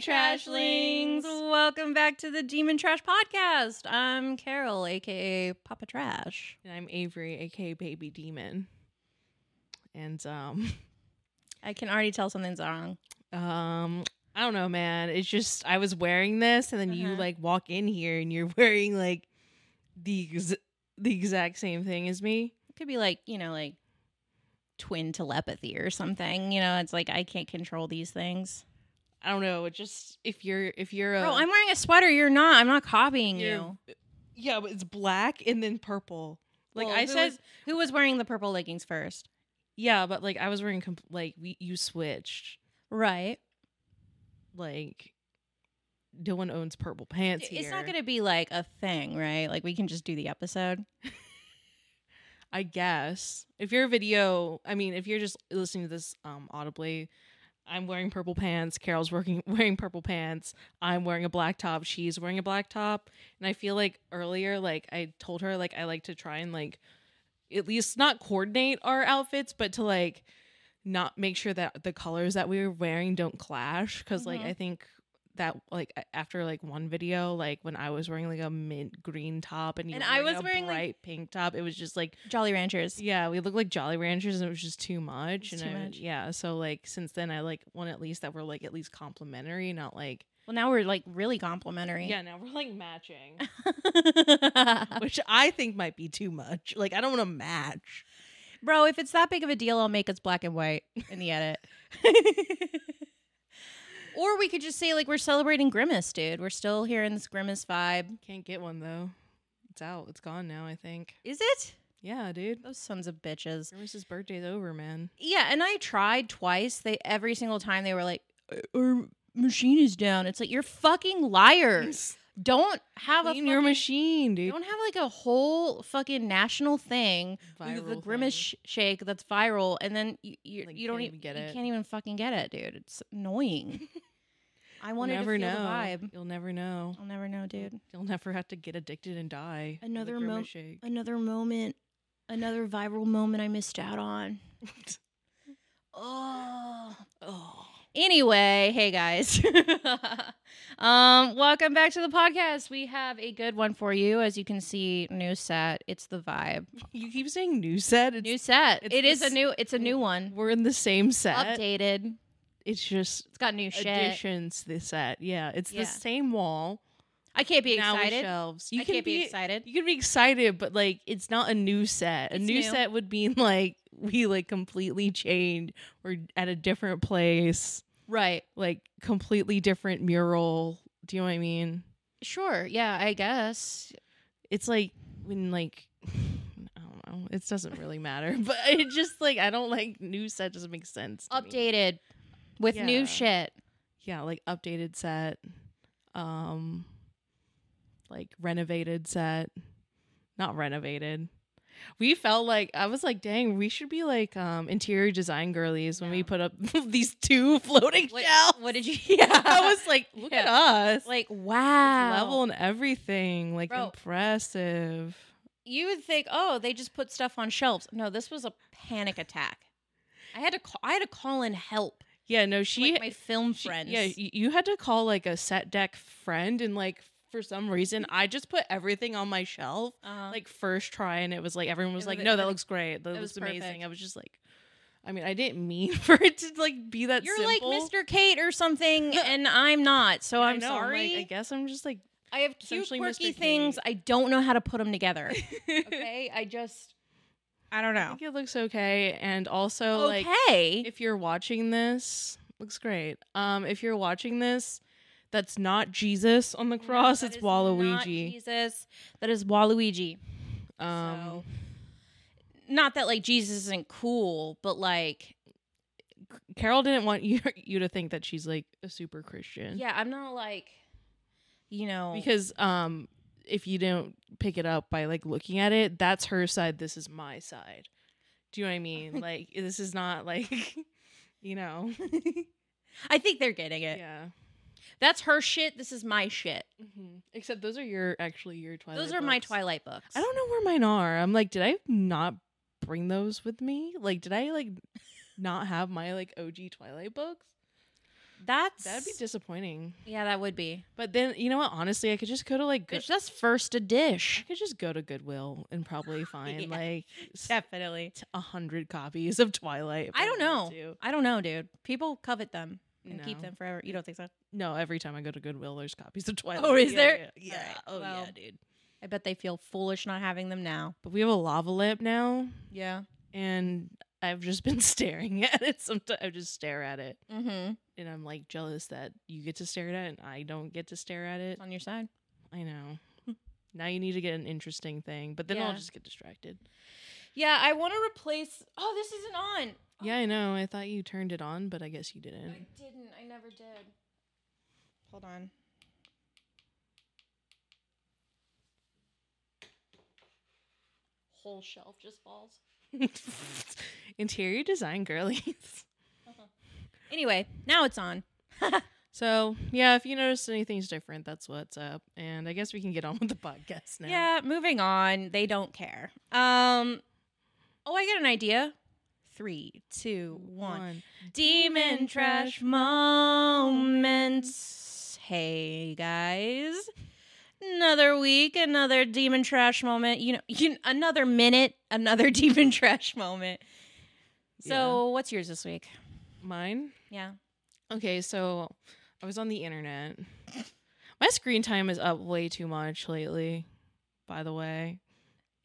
Trashlings. Welcome back to the Demon Trash Podcast. I'm Carol, aka Papa Trash. And I'm Avery, aka Baby Demon. And um, I can already tell something's wrong. um, I don't know, man. It's just I was wearing this, and then you Uh-huh. like walk in here, and you're wearing like the ex- the exact same thing as me. It could be like, you know, like twin telepathy or something. You know, it's like I can't control these things. I don't know. It just if you're if you're a Bro, I'm wearing a sweater. You're not. I'm not copying you're- you. yeah, but it's black and then purple. Like Well, I who said, was- who was wearing the purple leggings first? yeah, but like I was wearing comp- like we, you switched. Right. Like no one owns purple pants here. It's not going to be like a thing, right? Like we can just do the episode. I guess. If you're a video, I mean, if you're just listening to this um audibly, I'm wearing purple pants, Carol's working wearing purple pants, I'm wearing a black top, she's wearing a black top. And I feel like earlier like I told her like I like to try and like at least not coordinate our outfits, but to like not make sure that the colors that we were wearing don't clash because like Mhm. I think that like a- after like one video like when I was wearing like a mint green top and you And were I wearing was a wearing, like- bright pink top it was just like Jolly Ranchers. yeah, we looked like Jolly Ranchers, and it was just too much. It's and too I- much. yeah, so like since then, I like want at least that we're like at least complimentary, not like Well, now we're like really complimentary. yeah. Now we're like matching, which I think might be too much. Like I don't want to match. Bro, if it's that big of a deal, I'll make us black and white in the edit. or we could just say like we're celebrating Grimace, dude. We're still here in this Grimace vibe. Can't get one though. It's out. It's gone now. I think. Is it? Yeah, dude. Those sons of bitches. Grimace's birthday's over, man. Yeah, and I tried twice. They every single time they were like, "Uh, "Our machine is down." It's like you're fucking liars. Don't have Clean a your fucking- machine, dude. Don't have like a whole fucking national thing with the Viral grimace thing. sh- shake that's viral, and then you you, Like, you don't can't even even get you it. can't even fucking get it, dude. It's annoying. I wanted never to feel know. the vibe. You'll never know. I'll never know, dude. You'll never have to get addicted and die. from the Another Grimace mo- shake. Another moment, another viral moment I missed out on. Oh. oh. Anyway, hey guys. um, welcome back to the podcast. We have a good one for you. As you can see, new set. It's the vibe. You keep saying new set. It's, New set. it's It the is a s- new it's a new one. we're in the same set. Updated. It's just It's got new shit. additions. This set, yeah, it's Yeah. the same wall. I can't be now with excited. shelves. You I can can't be, excited. You can be excited, but like it's not a new set. A It's new, new. set would mean like we like completely changed. We're at a different place, Right. like completely different mural. Do you know what I mean? Sure. Yeah, I guess. It's like when like. I don't know. It doesn't really matter, but it just like I don't like new set doesn't make sense. to me. Updated with Yeah. new shit. yeah like updated set um like renovated set not renovated we felt like i was like dang we should be like um interior design girlies when we Yeah. put up these two floating What, shelves what did you Yeah. i was like look at us like, wow. level and everything like Bro. impressive you would think, oh, they just put stuff on shelves. No, this was a panic attack. I had to call. I had to call in help. yeah no She, she like my film She- friends. Yeah, y- you had to call like a set deck friend, and like for some reason, I just put everything on my shelf Uh-huh. like first try, and it was like everyone was was- like, it "No, was- that looks great. That it looks was perfect. amazing." I was just like, I mean, I didn't mean for it to like be that. you're simple. like Mr. Kate or something, and I'm not. So I I'm know, like, sorry. I guess I'm just like, I have cute, essentially quirky Mr. Kate. things. I don't know how to put them together. okay, I just, I don't I know. think it looks okay, and also like okay, if you're watching this, looks great. Um, if you're watching this. That's not Jesus on the No, cross. that it's is not Waluigi. Jesus, that is Waluigi. Um, so. Not that like Jesus isn't cool, but like Carol didn't want you you to think that she's like a super Christian. Yeah, I'm not like, you know, Because um if you don't pick it up by like looking at it, that's her side, this is my side. Do you know what I mean? like this is not like you know. I think they're getting it. yeah. Mm-hmm. That's her shit. This is my shit. Except those are your actually your Twilight. Those are my books. Twilight books. I don't know where mine are. I'm like, did I not bring those with me? Like, did I like not have my like OG Twilight books? That's That'd be disappointing. yeah, that would be. But then you know what? Honestly, I could just go to like. Go- Bitch, that's first a I dish. could just go to Goodwill and probably find Yeah. like s- Definitely. a hundred copies of Twilight. if I don't know. wanted to. I don't know, dude. People covet them and keep No. them forever. You don't think so? No, every time I go to Goodwill, there's copies of Twilight. Oh, is Yeah, there? Yeah. All yeah. right, Oh yeah, well. dude. I bet they feel foolish not having them now. But we have a lava lamp now, Yeah. and I've just been staring at it. Sometimes I just stare at it, Mm-hmm. and I'm like jealous that you get to stare at it and I don't get to stare at it. On your side. I know. now you need to get an interesting thing, but then I'll Yeah. just get distracted. Yeah, I want to replace. Oh, this isn't on. Yeah, I know. I thought you turned it on, but I guess you didn't. I didn't. I never did. Hold on. Whole shelf just falls. Interior design girlies. Anyway, now it's on. So yeah, if you notice anything's different, that's what's up. And I guess we can get on with the podcast now. Yeah, moving on. They don't care. Um. Oh, I got an idea. Three, two, one. Demon Trash Moments. Hey guys. Another week, another demon trash moment. You know, you, another minute, another demon trash moment. So, what's yours this week? Mine. Yeah. Okay, so I was on the internet. My screen time is up way too much lately. By the way,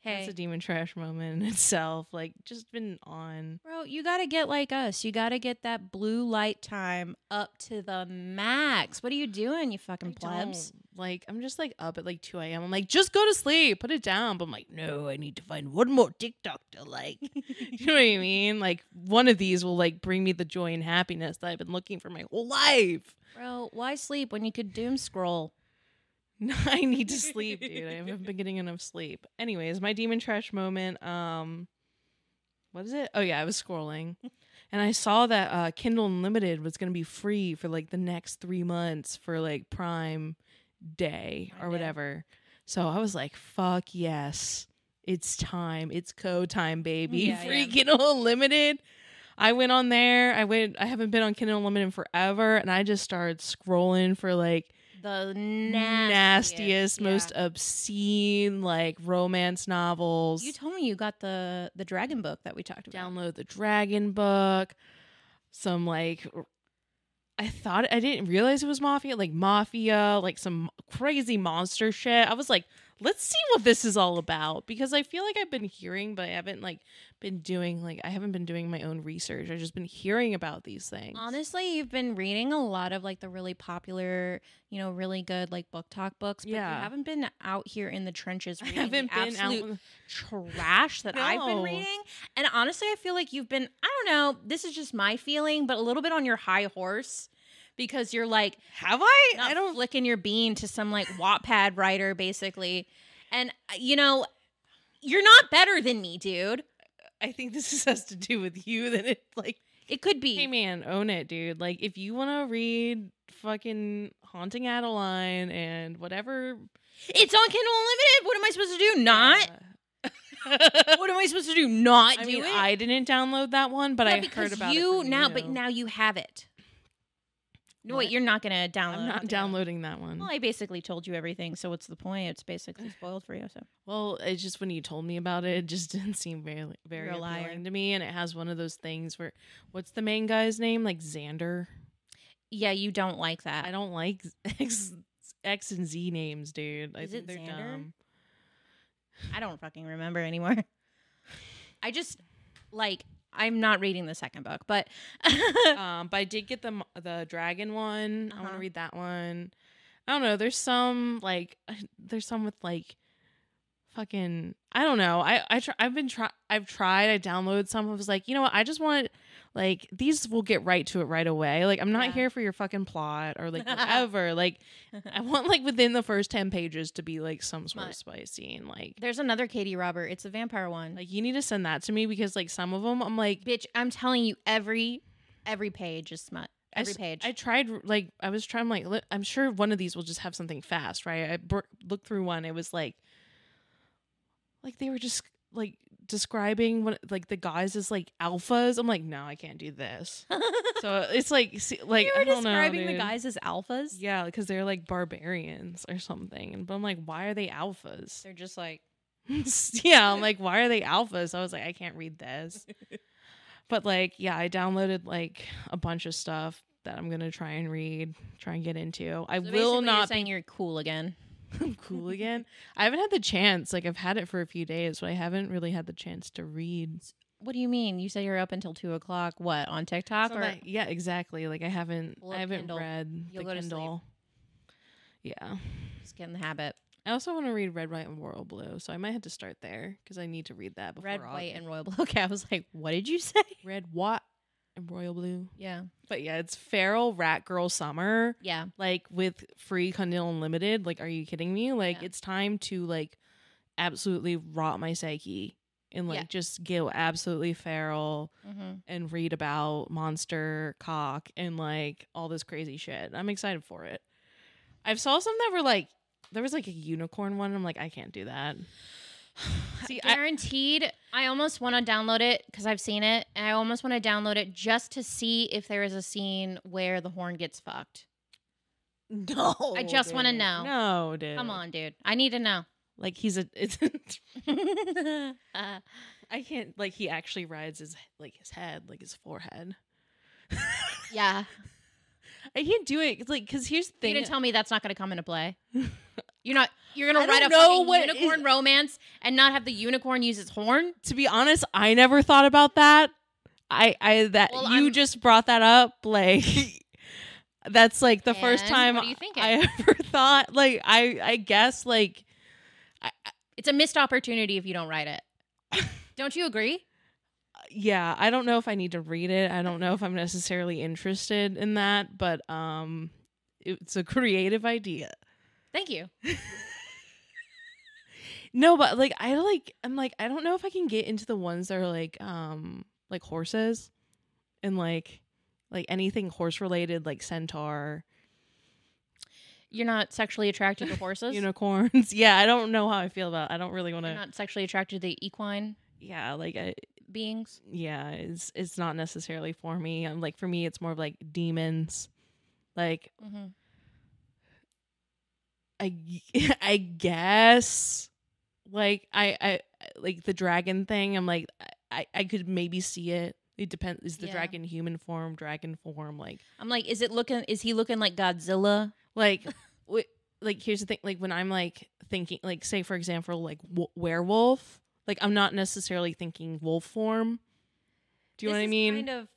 Hey, that's a demon trash moment in itself. Like, just been on. bro, you got to get like us. You got to get that blue light time up to the max. What are you doing, you fucking I plebs? don't- Like, I'm just like up at like 2 a.m. I'm like, just go to sleep, put it down. But I'm like, no, I need to find one more TikTok to like. you know what I mean? Like, one of these will like bring me the joy and happiness that I've been looking for my whole life. Bro, why sleep when you could doom scroll? No, I need to sleep, dude. I haven't been getting enough sleep. Anyways, my demon trash moment. Um, what is it? Oh yeah, I was scrolling, and I saw that uh, Kindle Unlimited was gonna be free for like the next three months for like Prime Day or Prime Day. whatever. So I was like, "Fuck yes, it's time. It's co time, baby. Yeah, free yeah. Kindle Unlimited." I went on there. I went. I haven't been on Kindle Unlimited in forever, and I just started scrolling for like The nastiest, nastiest, yeah. most obscene like romance novels. You told me you got the the dragon book that we talked about. Download the Dragon Book, some like r- I thought I didn't realize it was mafia, like mafia, like some crazy monster shit. I was like, let's see what this is all about because I feel like I've been hearing, but I haven't like been doing like I haven't been doing my own research. I've just been hearing about these things. Honestly, you've been reading a lot of like the really popular, you know, really good like book talk books, but Yeah. you haven't been out here in the trenches I reading haven't been the absolute out. trash that I've been No. reading. And honestly, I feel like you've been I don't know, this is just my feeling, but a little bit on your high horse because you're like Have I? not I don't flicking your bean to some like Wattpad writer basically. And uh, you know, you're not better than me, dude. I think this is- has to do with you that it like It could be. hey man own it dude like if you want to read fucking haunting Adeline and whatever It's on Kindle Unlimited. What am I supposed to do? Not? uh, What am I supposed to do? Not I do mean it? I didn't download that one but Yeah, I heard about it you from now, you. but now you have it. No, What? wait, you're not gonna download. I'm not it. downloading that one Well, I basically told you everything, so what's the point? It's basically spoiled for you. So Well, it's just when you told me about it, it just didn't seem very very You're a liar. appealing to me. And it has one of those things where, what's the main guy's name? Like Xander. yeah, you don't like that. I don't like X X and Z names, dude. I Is think it they're Xander? dumb. I don't fucking remember anymore. I just like I'm not reading the second book, but um, but I did get the mo- the dragon one. I want Uh-huh. to read that one. I don't know. There's some like there's some with like fucking I don't know. I I try, I've been try I've tried. I downloaded some. I was like, you know what? I just want like these will get right to it right away. Like I'm not Yeah. here for your fucking plot or like whatever. like I want like within the first ten pages to be like some sort My- of spicy and like there's another Katie Robert. It's a vampire one. like you need to send that to me because like some of them I'm like bitch, I'm telling you, every every page is smut. I Every s- page. I tried like I was trying like li- I'm sure one of these will just have something fast, right? I br- looked through one. It was like, like they were just like describing what like the guys as like alphas. I'm like, no, I can't do this. so it's like, see, like you I were don't know, describing the dude. guys as alphas. Yeah, because they're like barbarians or something. And but I'm like, why are they alphas? They're just like yeah, I'm like, why are they alphas? I was like, I can't read this. but like, yeah, I downloaded like a bunch of stuff that I'm gonna try and read, try and get into. I so will basically You're not be saying you're cool again. I'm cool again. I haven't had the chance. Like I've had it for a few days, but I haven't really had the chance to read. What do you mean? You said you're up until two o'clock. What on TikTok So or like- yeah, exactly. Like I haven't, Pull up I haven't Kindle. read You'll the go to sleep. Kindle. Yeah. just get in the habit? I also want to read Red, White, and Royal Blue, so I might have to start there because I need to read that before Red, August. white, and royal blue. Okay, I was like, what did you say? Red, What and Royal Blue. Yeah, But yeah, it's Feral Rat Girl Summer, yeah. like with free Kindle Unlimited. Like, are you kidding me? Like, Yeah. it's time to like absolutely rot my psyche and like Yeah. just go absolutely feral Mm-hmm. and read about monster cock and like all this crazy shit. I'm excited for it. I saw some that were like there was like a unicorn one. I'm like, I can't do that. See, I- guaranteed. I, almost want to download it because I've seen it, and I almost want to download it just to see if there is a scene where the horn gets fucked. No. I just wanna dude. know. No, dude. Come on, dude. I need to know. Like he's a it's uh, I can't like he actually rides his like his head, like his forehead. yeah, I can't do it. It's like cause here's the you thing. didn't tell me that's not going to come into play. You're not. You're I gonna don't write a know fucking what it unicorn is. romance and not have the unicorn use its horn. to be honest, I never thought about that. I I that Well, you I'm- just brought that up like that's like the first And time what are you thinking? I ever thought like I I guess like It's a missed opportunity if you don't write it. Don't you agree? yeah, I don't know if I need to read it. I don't know if I'm necessarily interested in that, but um it's a creative idea. Thank you. No, but like I like I'm like I don't know if I can get into the ones that are like um like horses and like like anything horse related like centaur, You're not sexually attracted to horses. unicorns. yeah, I don't know how I feel about. I don't really want You're to. not sexually attracted to the equine Yeah, like I, beings. yeah, it's it's not necessarily for me. I'm like for me, it's more of like demons. Like Mm-hmm. I I guess like I I like the dragon thing. I'm like I I could maybe see it. It depends. Is the Yeah. dragon human form, dragon form, like I'm like, is it looking? Is he looking like Godzilla? like w- like here's the thing. Like when I'm like thinking, like say for example, like w- werewolf. Like I'm not necessarily thinking wolf form. Do you know what I mean? Kind of.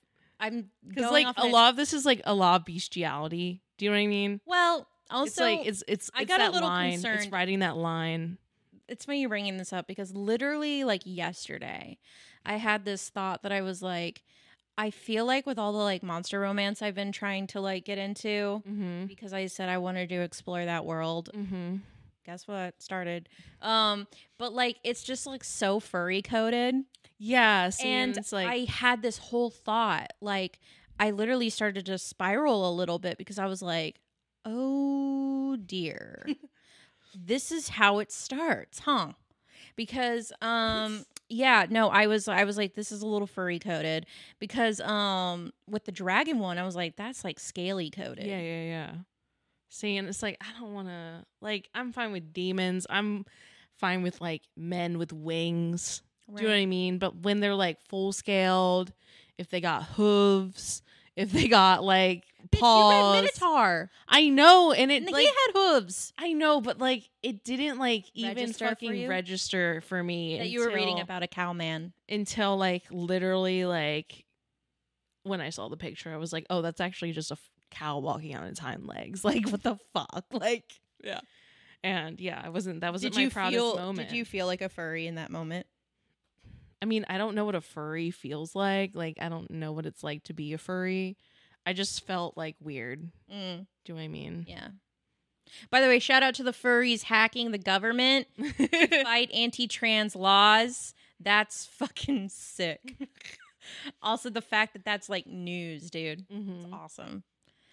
I'm Because going like off a lot of this is like a lot of bestiality. Do you know what I mean? Well, also, it's like it's it's I it's got a that little line. It's concerned. riding that line. it's funny you're bringing this up because literally like yesterday i had this thought that i was like i feel like with all the like monster romance i've been trying to like get into Mm-hmm. because i said i wanted to explore that world Mm-hmm. guess what started um but like it's just like so furry coded Yeah, see, and it's like i had this whole thought like i literally started to spiral a little bit because i was like oh dear this is how it starts huh because um yeah no i was i was like this is a little furry coated because um with the dragon one i was like that's like scaly coated yeah, yeah, yeah. See, and it's like I don't want to. Like, I'm fine with demons. I'm fine with like men with wings. Do you know what I mean? But when they're like full scaled, if they got hooves, if they got like paws, minotaur I know, and it and like he had hooves I know, but like it didn't like even Register for fucking you? register for me that you were reading until- about a cow man until like literally like when I saw the picture, I was like, oh, that's actually just a f- cow walking on its hind legs. Like, what the fuck? Like, yeah. And yeah, I wasn't. That wasn't my proudest feel moment. did you feel like a furry in that moment I mean, I don't know what a furry feels like. Like, I don't know what it's like to be a furry. I just felt like weird. mm. Do you know what I mean? Yeah. By the way, shout out to the furries hacking the government, fight anti trans laws. That's fucking sick. also, the fact that that's like news, dude. It's Mhm. awesome.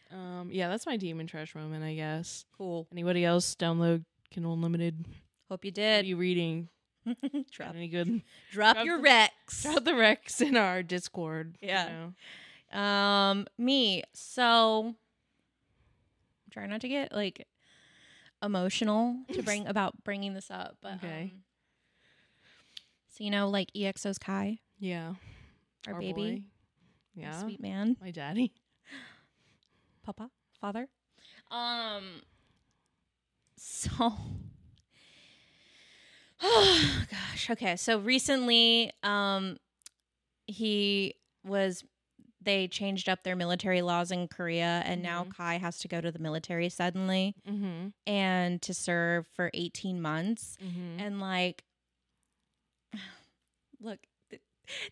Um, yeah, that's my demon trash moment, I guess. Cool. Anybody else download Kindle Unlimited? Hope you What are did. you reading? Got drop, Any good? drop drop your the- Rex. Shout the Rex in our Discord. you Yeah. know. Um, me. So try not to get like emotional to bring about bringing this up, but Okay. um, so you know, like EXO's Kai, Yeah. our, baby, boy. our Yeah. sweet man, My daddy. Papa, father. Um. So. Oh gosh. Okay. So recently, um, he was. They changed up their military laws in Korea, and now Mhm. Kai has to go to the military suddenly Mm-hmm. and to serve for eighteen months. Mm-hmm. And like, look, th-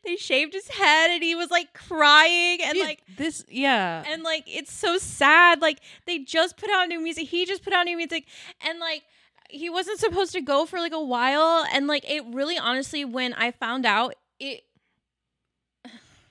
they shaved his head, and he was like crying, and like this, yeah. and like it's so sad like they just put out new music he just put out new music and like he wasn't supposed to go for like a while and like it really honestly when i found out it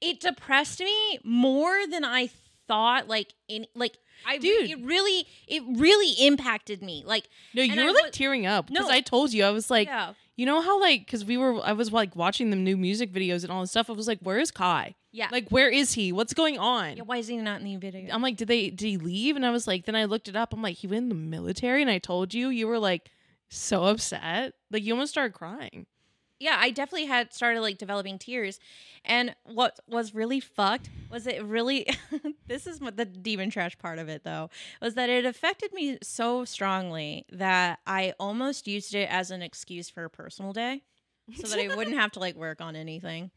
it depressed me more than i thought like in like i re- Dude. it really it really impacted me like no, you and were I like was- tearing up because No. I told you I was like, yeah you know how like because we were I was like watching the new music videos and all this stuff. I was like, where is Kai? yeah Like, where is he? What's going on? Yeah, why is he not in the video I'm like, did they did he leave? And I was like, then I looked it up. I'm like, he went in the military, and I told you you were like so upset, like you almost started crying. yeah, I definitely had started like developing tears. And what was really fucked was it really this is what the demon trash part of it though was that it affected me so strongly that I almost used it as an excuse for a personal day so that I wouldn't have to like work on anything.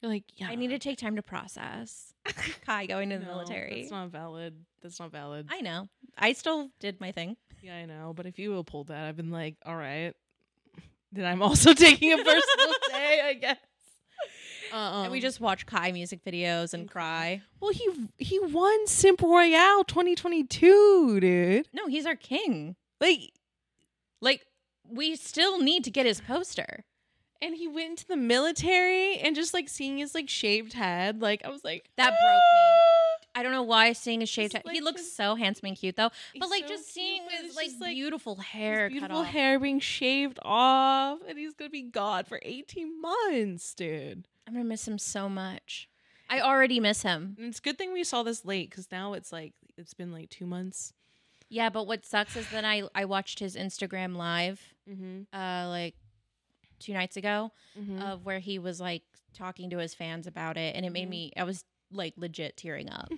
You're like, yeah, I need to take time to process Kai going to the No, military. That's not valid. That's not valid. I know. I still did my thing. yeah, I know. But if you will pull that, I've been like, all right, then I'm also taking a personal day, I guess. Uh-uh. and we just watch Kai music videos and Okay. cry. well, he he won Simp Royale 2022, dude. No, he's our king. Like, Like we still need to get his poster. and he went into the military, and just like seeing his like shaved head, like I was like, That broke me. I don't know why seeing his shaved head. Just, he Ah! like, looks his- so handsome and cute though. He's but like so just cute, seeing but his it's like, just, like, beautiful his hair beautiful cut off. hair being shaved off, and he's gonna be gone for 18 months, dude. I'm gonna miss him so much. I already miss him. And it's a good thing we saw this late because now it's like it's been like two months. Yeah, but what sucks is that I I watched his Instagram live Mm-hmm. uh like two nights ago of where he was like talking to his fans about it and it made Mhm. me I was like legit tearing up.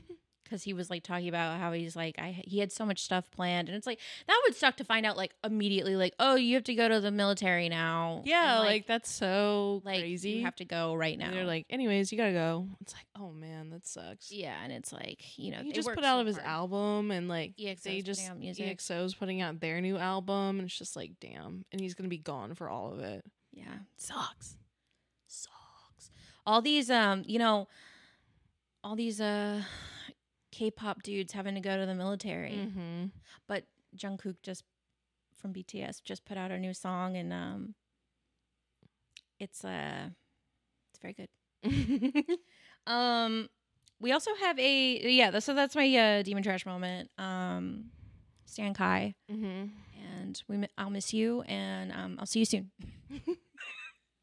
Cause he was like talking about how he's like I he had so much stuff planned and it's like that would suck to find out like immediately like oh you have to go to the military now yeah, And, like, that's so like crazy. you have to go right now. And they're like, anyways, you gotta go. It's like, oh man, that sucks. yeah, and it's like you know he they just work put out so of his hard. album, and like EXO's they putting just out music. EXO's putting out their new album, and it's just like, damn. And he's gonna be gone for all of it. Yeah, sucks, sucks. All these um, you know, all these uh, K-pop dudes having to go to the military, Mm-hmm. but Jungkook just from BTS just put out a new song and um, it's uh, it's very good. Um, we also have a yeah. th- So that's my uh, demon trash moment. Um, Stan Kai. mm-hmm. and we mi- I'll miss you and um, I'll see you soon.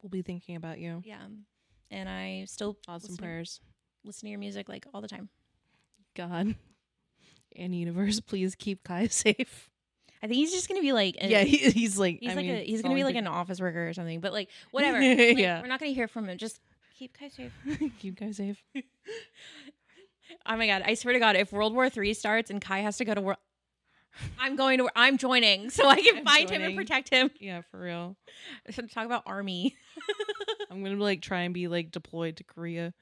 We'll be thinking about you. Yeah. And I still Thoughts listen, and prayers. listen to your music like all the time. God and universe, please keep Kai safe. I think he's just gonna be like an, yeah, he, he's like he's I like mean, a, he's it's gonna be only like an office worker or something. But like whatever. Like, Yeah. We're not gonna hear from him. Just keep Kai safe. been- keep Kai safe. Oh my god! I swear to God, if World War Three starts and Kai has to go to work, I'm going to. I'm joining so I can I'm find him and joining. protect him. Yeah, for real. Talk about army. I'm gonna like try and be like deployed to Korea.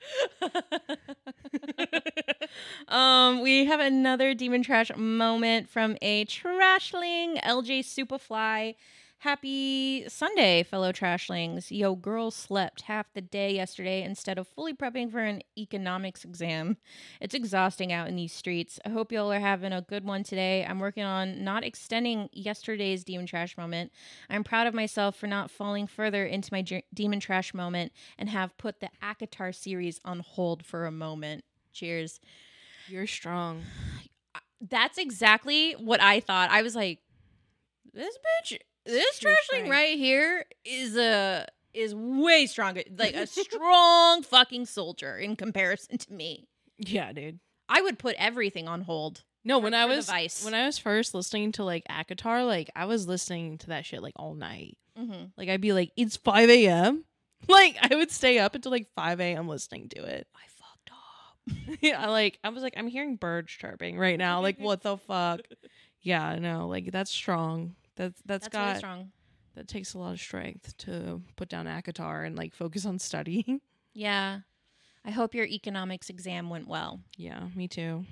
um, we have another demon trash moment from a trashling LJ Superfly. Happy Sunday, fellow trashlings. Yo, girl slept half the day yesterday instead of fully prepping for an economics exam. It's exhausting out in these streets. I hope y'all are having a good one today. I'm working on not extending yesterday's demon trash moment. I'm proud of myself for not falling further into my j- demon trash moment and have put the Akatar series on hold for a moment. Cheers. You're strong. That's exactly what I thought. I was like, this bitch This True trash strength. thing right here is a is way stronger, like a strong fucking soldier in comparison to me. Yeah, dude. I would put everything on hold. No, when I for the was Vice. when I was first listening to like Akatar, like I was listening to that shit like all night. Mm-hmm. Like I'd be like, it's five a.m. Like I would stay up until like five a.m. listening to it. I fucked up. yeah, like I was like, I'm hearing birds chirping right now. Like what the fuck? Yeah, no, like that's strong. That's that's That's got really strong. that takes a lot of strength to put down Akatar and like focus on studying. Yeah. I hope your economics exam went well. yeah, me too.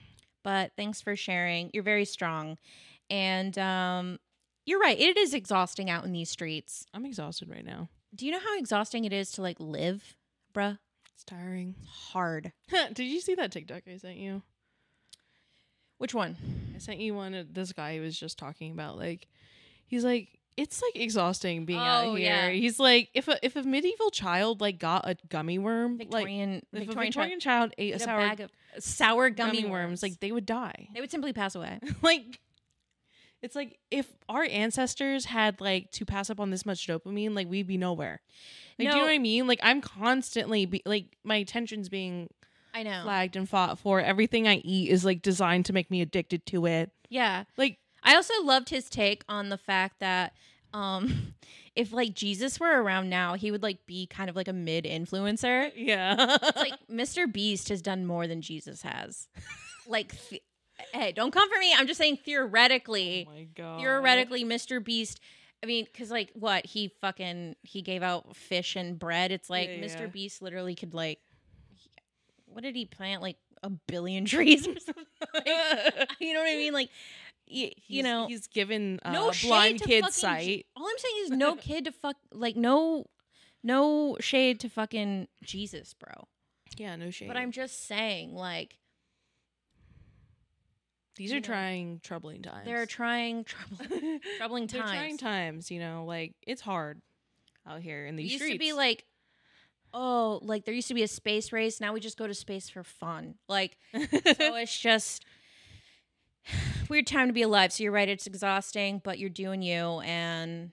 But thanks for sharing. You're very strong. And um, you're right. It is exhausting out in these streets. I'm exhausted right now. Do you know how exhausting it is to like live, bruh? It's tiring. It's hard. Did you see that TikTok I sent you? Which one? I sent you one. uh, This guy was just talking about like, he's like, it's like exhausting being Oh, out here. yeah. He's like, if a if a medieval child like got a gummy worm, like Victorian if Victorian, a Victorian child ate child ate a a sour bag of sour gummy, gummy, worms, worms. like they would die. they would simply pass away. like, it's like if our ancestors had like to pass up on this much dopamine, like we'd be nowhere. Like, do you No. know what I mean? Like, I'm constantly be- like my attention's being I know. flagged and fought for. Everything I eat is like designed to make me addicted to it. Yeah. Like, I also loved his take on the fact that um if like Jesus were around now, he would like be kind of like a mid influencer. yeah, It's like Mr. Beast has done more than Jesus has. Like th- hey, don't come for me. I'm just saying theoretically. my god. theoretically Mr. Beast I mean, cause like what he fucking he gave out fish and bread. It's like Yeah, Mr. yeah. Beast literally could like, he- what did he plant like a billion trees or something? You know what I mean? Like, y- you He's- know, he's given uh, no shade blind to kid fucking- sight. All I'm saying is no kid to fuck like no no shade to fucking Jesus, bro. Yeah, no shade. But I'm just saying like These you are know, trying troubling times. they're trying troubling troubling They're trying times. times. You know, like it's hard out here in It these used streets. to be like oh, like there used to be a space race, now we just go to space for fun. Like so it's just weird time to be alive. So you're right, it's exhausting, but you're doing you and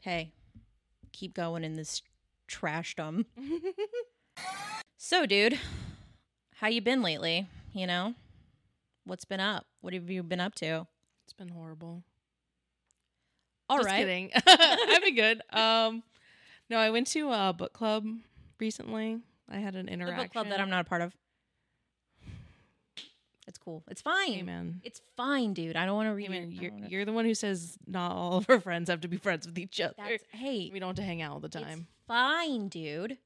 hey, keep going in this trashdom. So, dude, how you been lately? You know, what's been up? What have you been up to? it's been horrible. All right, Just kidding. I've been good. Um, no, I went to a book club recently. I had an the interaction. book club that I'm not a part of. It's cool. It's fine. Amen. It's fine, dude. I don't want to read. your- Amen. I You're, don't wanna- you're the one who says not all of our friends have to be friends with each other. That's hey. we don't have to hang out all the it's time. fine, dude.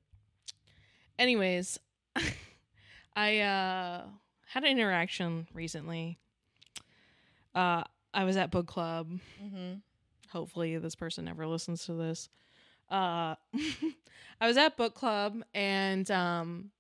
Anyways, I uh, had an interaction recently. Uh, I was at book club. Mm-hmm. Hopefully, this person never listens to this. Uh, I was at book club, and um,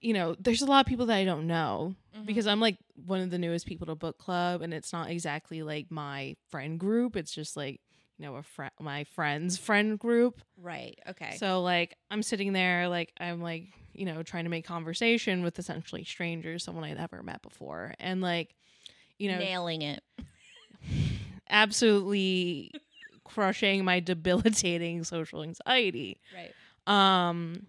you know, there's a lot of people that I don't know Mm-hmm. because I'm like one of the newest people to book club, and it's not exactly like my friend group. It's just like you know a friend, my friend's friend group. right. Okay. So like I'm sitting there like I'm like, you know, trying to make conversation with essentially strangers, someone I'd never met before. And like, you know, nailing it. absolutely crushing my debilitating social anxiety. Right. Um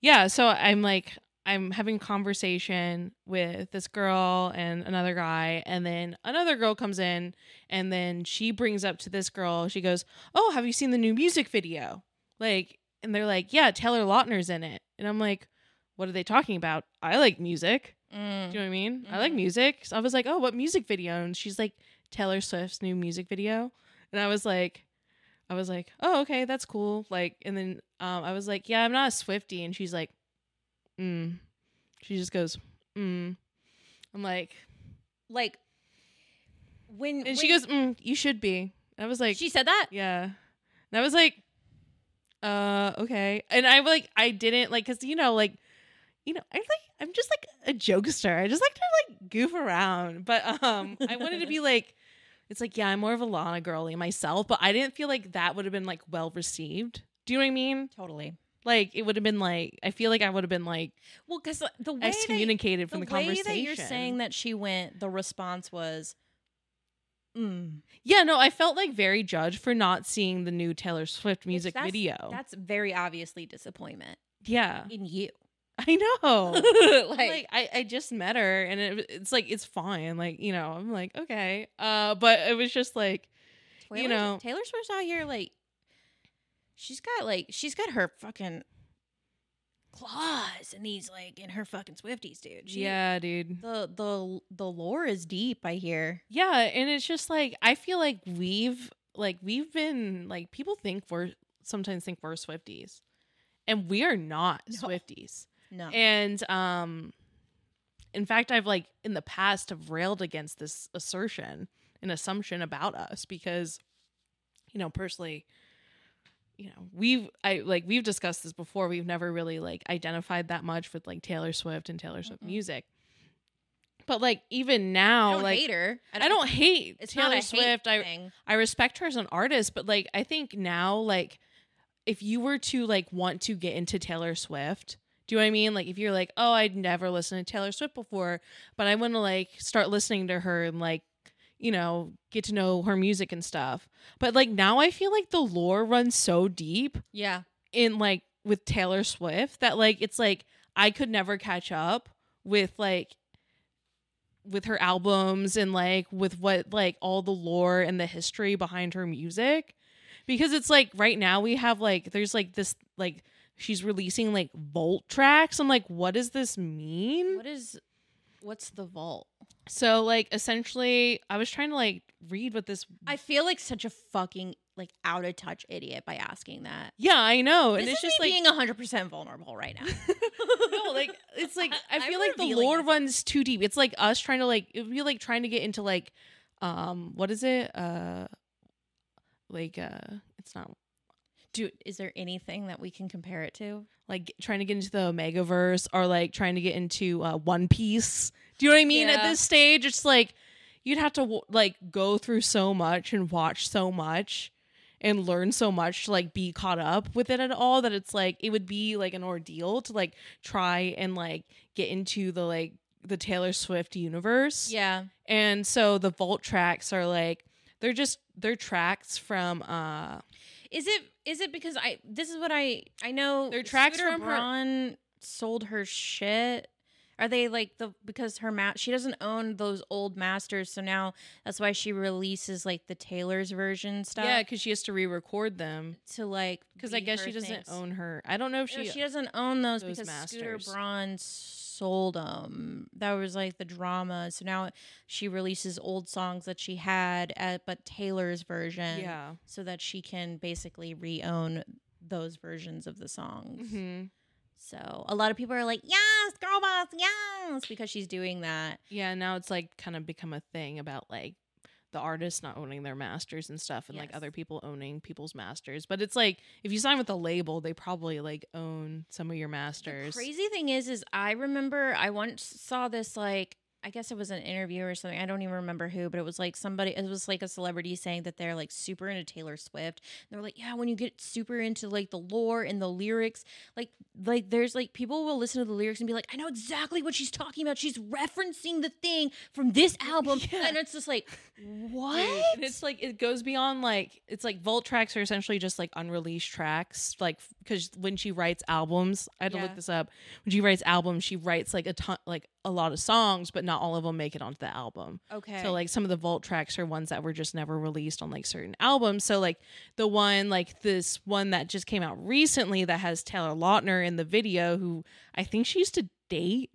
yeah, so I'm like I'm having conversation with this girl and another guy and then another girl comes in and then she brings up to this girl, she goes, "Oh, have you seen the new music video?" Like and they're like, "Yeah, Taylor Lautner's in it." And I'm like, "What are they talking about? I like music." Do you know what I mean? I like Mhm. music. So I was like, oh, what music video? And she's like, Taylor Swift's new music video. And I was like, I was like, oh, okay, that's cool. Like, and then um, I was like, yeah, I'm not a Swifty. And she's like, mm. She just goes, mm. I'm like, Like when and she when- goes, mm, you should be. And I was like, she said that. yeah. And I was like, uh, okay. And I like, I didn't like, cause you know, like, you know, I like, I'm just like a jokester. I just like to like goof around. But um, I wanted to be like, it's like, yeah, I'm more of a Lana girly myself, but I didn't feel like that would have been like well received. Do you know what I mean? Totally. Like, it would have been like, I feel like I would have been like Well, because the way that excommunicated from the, way conversation. that you're saying that she went, the response was, Mm. Yeah, no, I felt like very judged for not seeing the new Taylor Swift music That's- video. Uh, That's very obviously disappointment yeah, in you. I know. like, like I, I just met her and it, it's like it's fine like you know i'm like okay uh but it was just like Taylor, you know- Taylor Swift's out here like she's got like she's got her fucking claws in these like in her fucking Swifties, dude. She- yeah dude The the the lore is deep, I hear. yeah and it's just like i feel like we've like we've been like people think we're sometimes think we're swifties and we are not No. swifties No. and um in fact i've like in the past have railed against this assertion an assumption about us because you know personally you know we've i like we've discussed this before we've never really like identified that much with like taylor swift and taylor swift Mm-mm. music but like even now oh, I don't like hate her. I don't hate it's Taylor not a Swift. Hate I thing. I respect her as an artist, but like I think now like if you were to like want to get into Taylor Swift, do you know what I mean? Like if you're like, "Oh, I'd never listened to Taylor Swift before, but I want to like start listening to her and like you know, get to know her music and stuff. But like now I feel like the lore runs so deep Yeah. in like with Taylor Swift that like it's like I could never catch up with like with her albums and like with what like all the lore and the history behind her music because it's like right now we have like there's like this like she's releasing like vault tracks i'm like what does this mean What is what's the vault? so like essentially i was trying to like read what this I feel like such a fucking like out of touch idiot by asking that. yeah i know and this it's is just me like being 100% vulnerable right now. no, like it's like I I'm feel like the revealing lore myself. runs too deep. It's like us trying to like it would be like trying to get into like um what is it? Uh like uh it's not Dude, is there anything that we can compare it to? like trying to get into the Omegaverse or like trying to get into uh One Piece. Do you know what I mean? At Yeah. this stage, it's like you'd have to w- like go through so much and watch so much and learn so much to like be caught up with it at all that it's like it would be like an ordeal to like try and like get into the like the Taylor Swift universe. Yeah. And so the vault tracks are like they're just they're tracks from uh Is it is it because I this is what I I know Their tracks Scooter from her- Braun sold her shit. Are they like the because her ma- she doesn't own those old masters, so now that's why she releases like the Taylor's version stuff. yeah because she has to re-record them to like because I be guess her she doesn't things. own her. I don't know if No, she she doesn't own those, those because Scooter masters. Braun sold them. That was like the drama. So now she releases old songs that she had, at, but Taylor's version, Yeah. so that she can basically re-own those versions of the songs. Mm-hmm. So a lot of people are like, "Yes, girl boss, yes," because she's doing that. Yeah. Now it's like kind of become a thing about like the artists not owning their masters and stuff and like Yes. other people owning people's masters. But it's like if you sign with a label, they probably like own some of your The masters. crazy thing is, is I remember I once saw this like I guess it was an interview or something. I don't even remember who, but it was like somebody. It was like a celebrity saying that they're like super into Taylor Swift. And they're like, yeah, when you get super into like the lore and the lyrics, like like there's like people will listen to the lyrics and be like, I know exactly what she's talking about. She's referencing the thing from this album, Yeah. and it's just like, what? Dude, And it's like it goes beyond like it's like vault tracks are essentially just like unreleased tracks. Like because when she writes albums, I had to Yeah. look this up. When she writes albums, she writes like a ton, like a lot of songs, but not all of them make it onto the album. okay. So like some of the vault tracks are ones that were just never released on like certain albums. So like the one like this one that just came out recently that has Taylor Lautner in the video, who I think she used to date.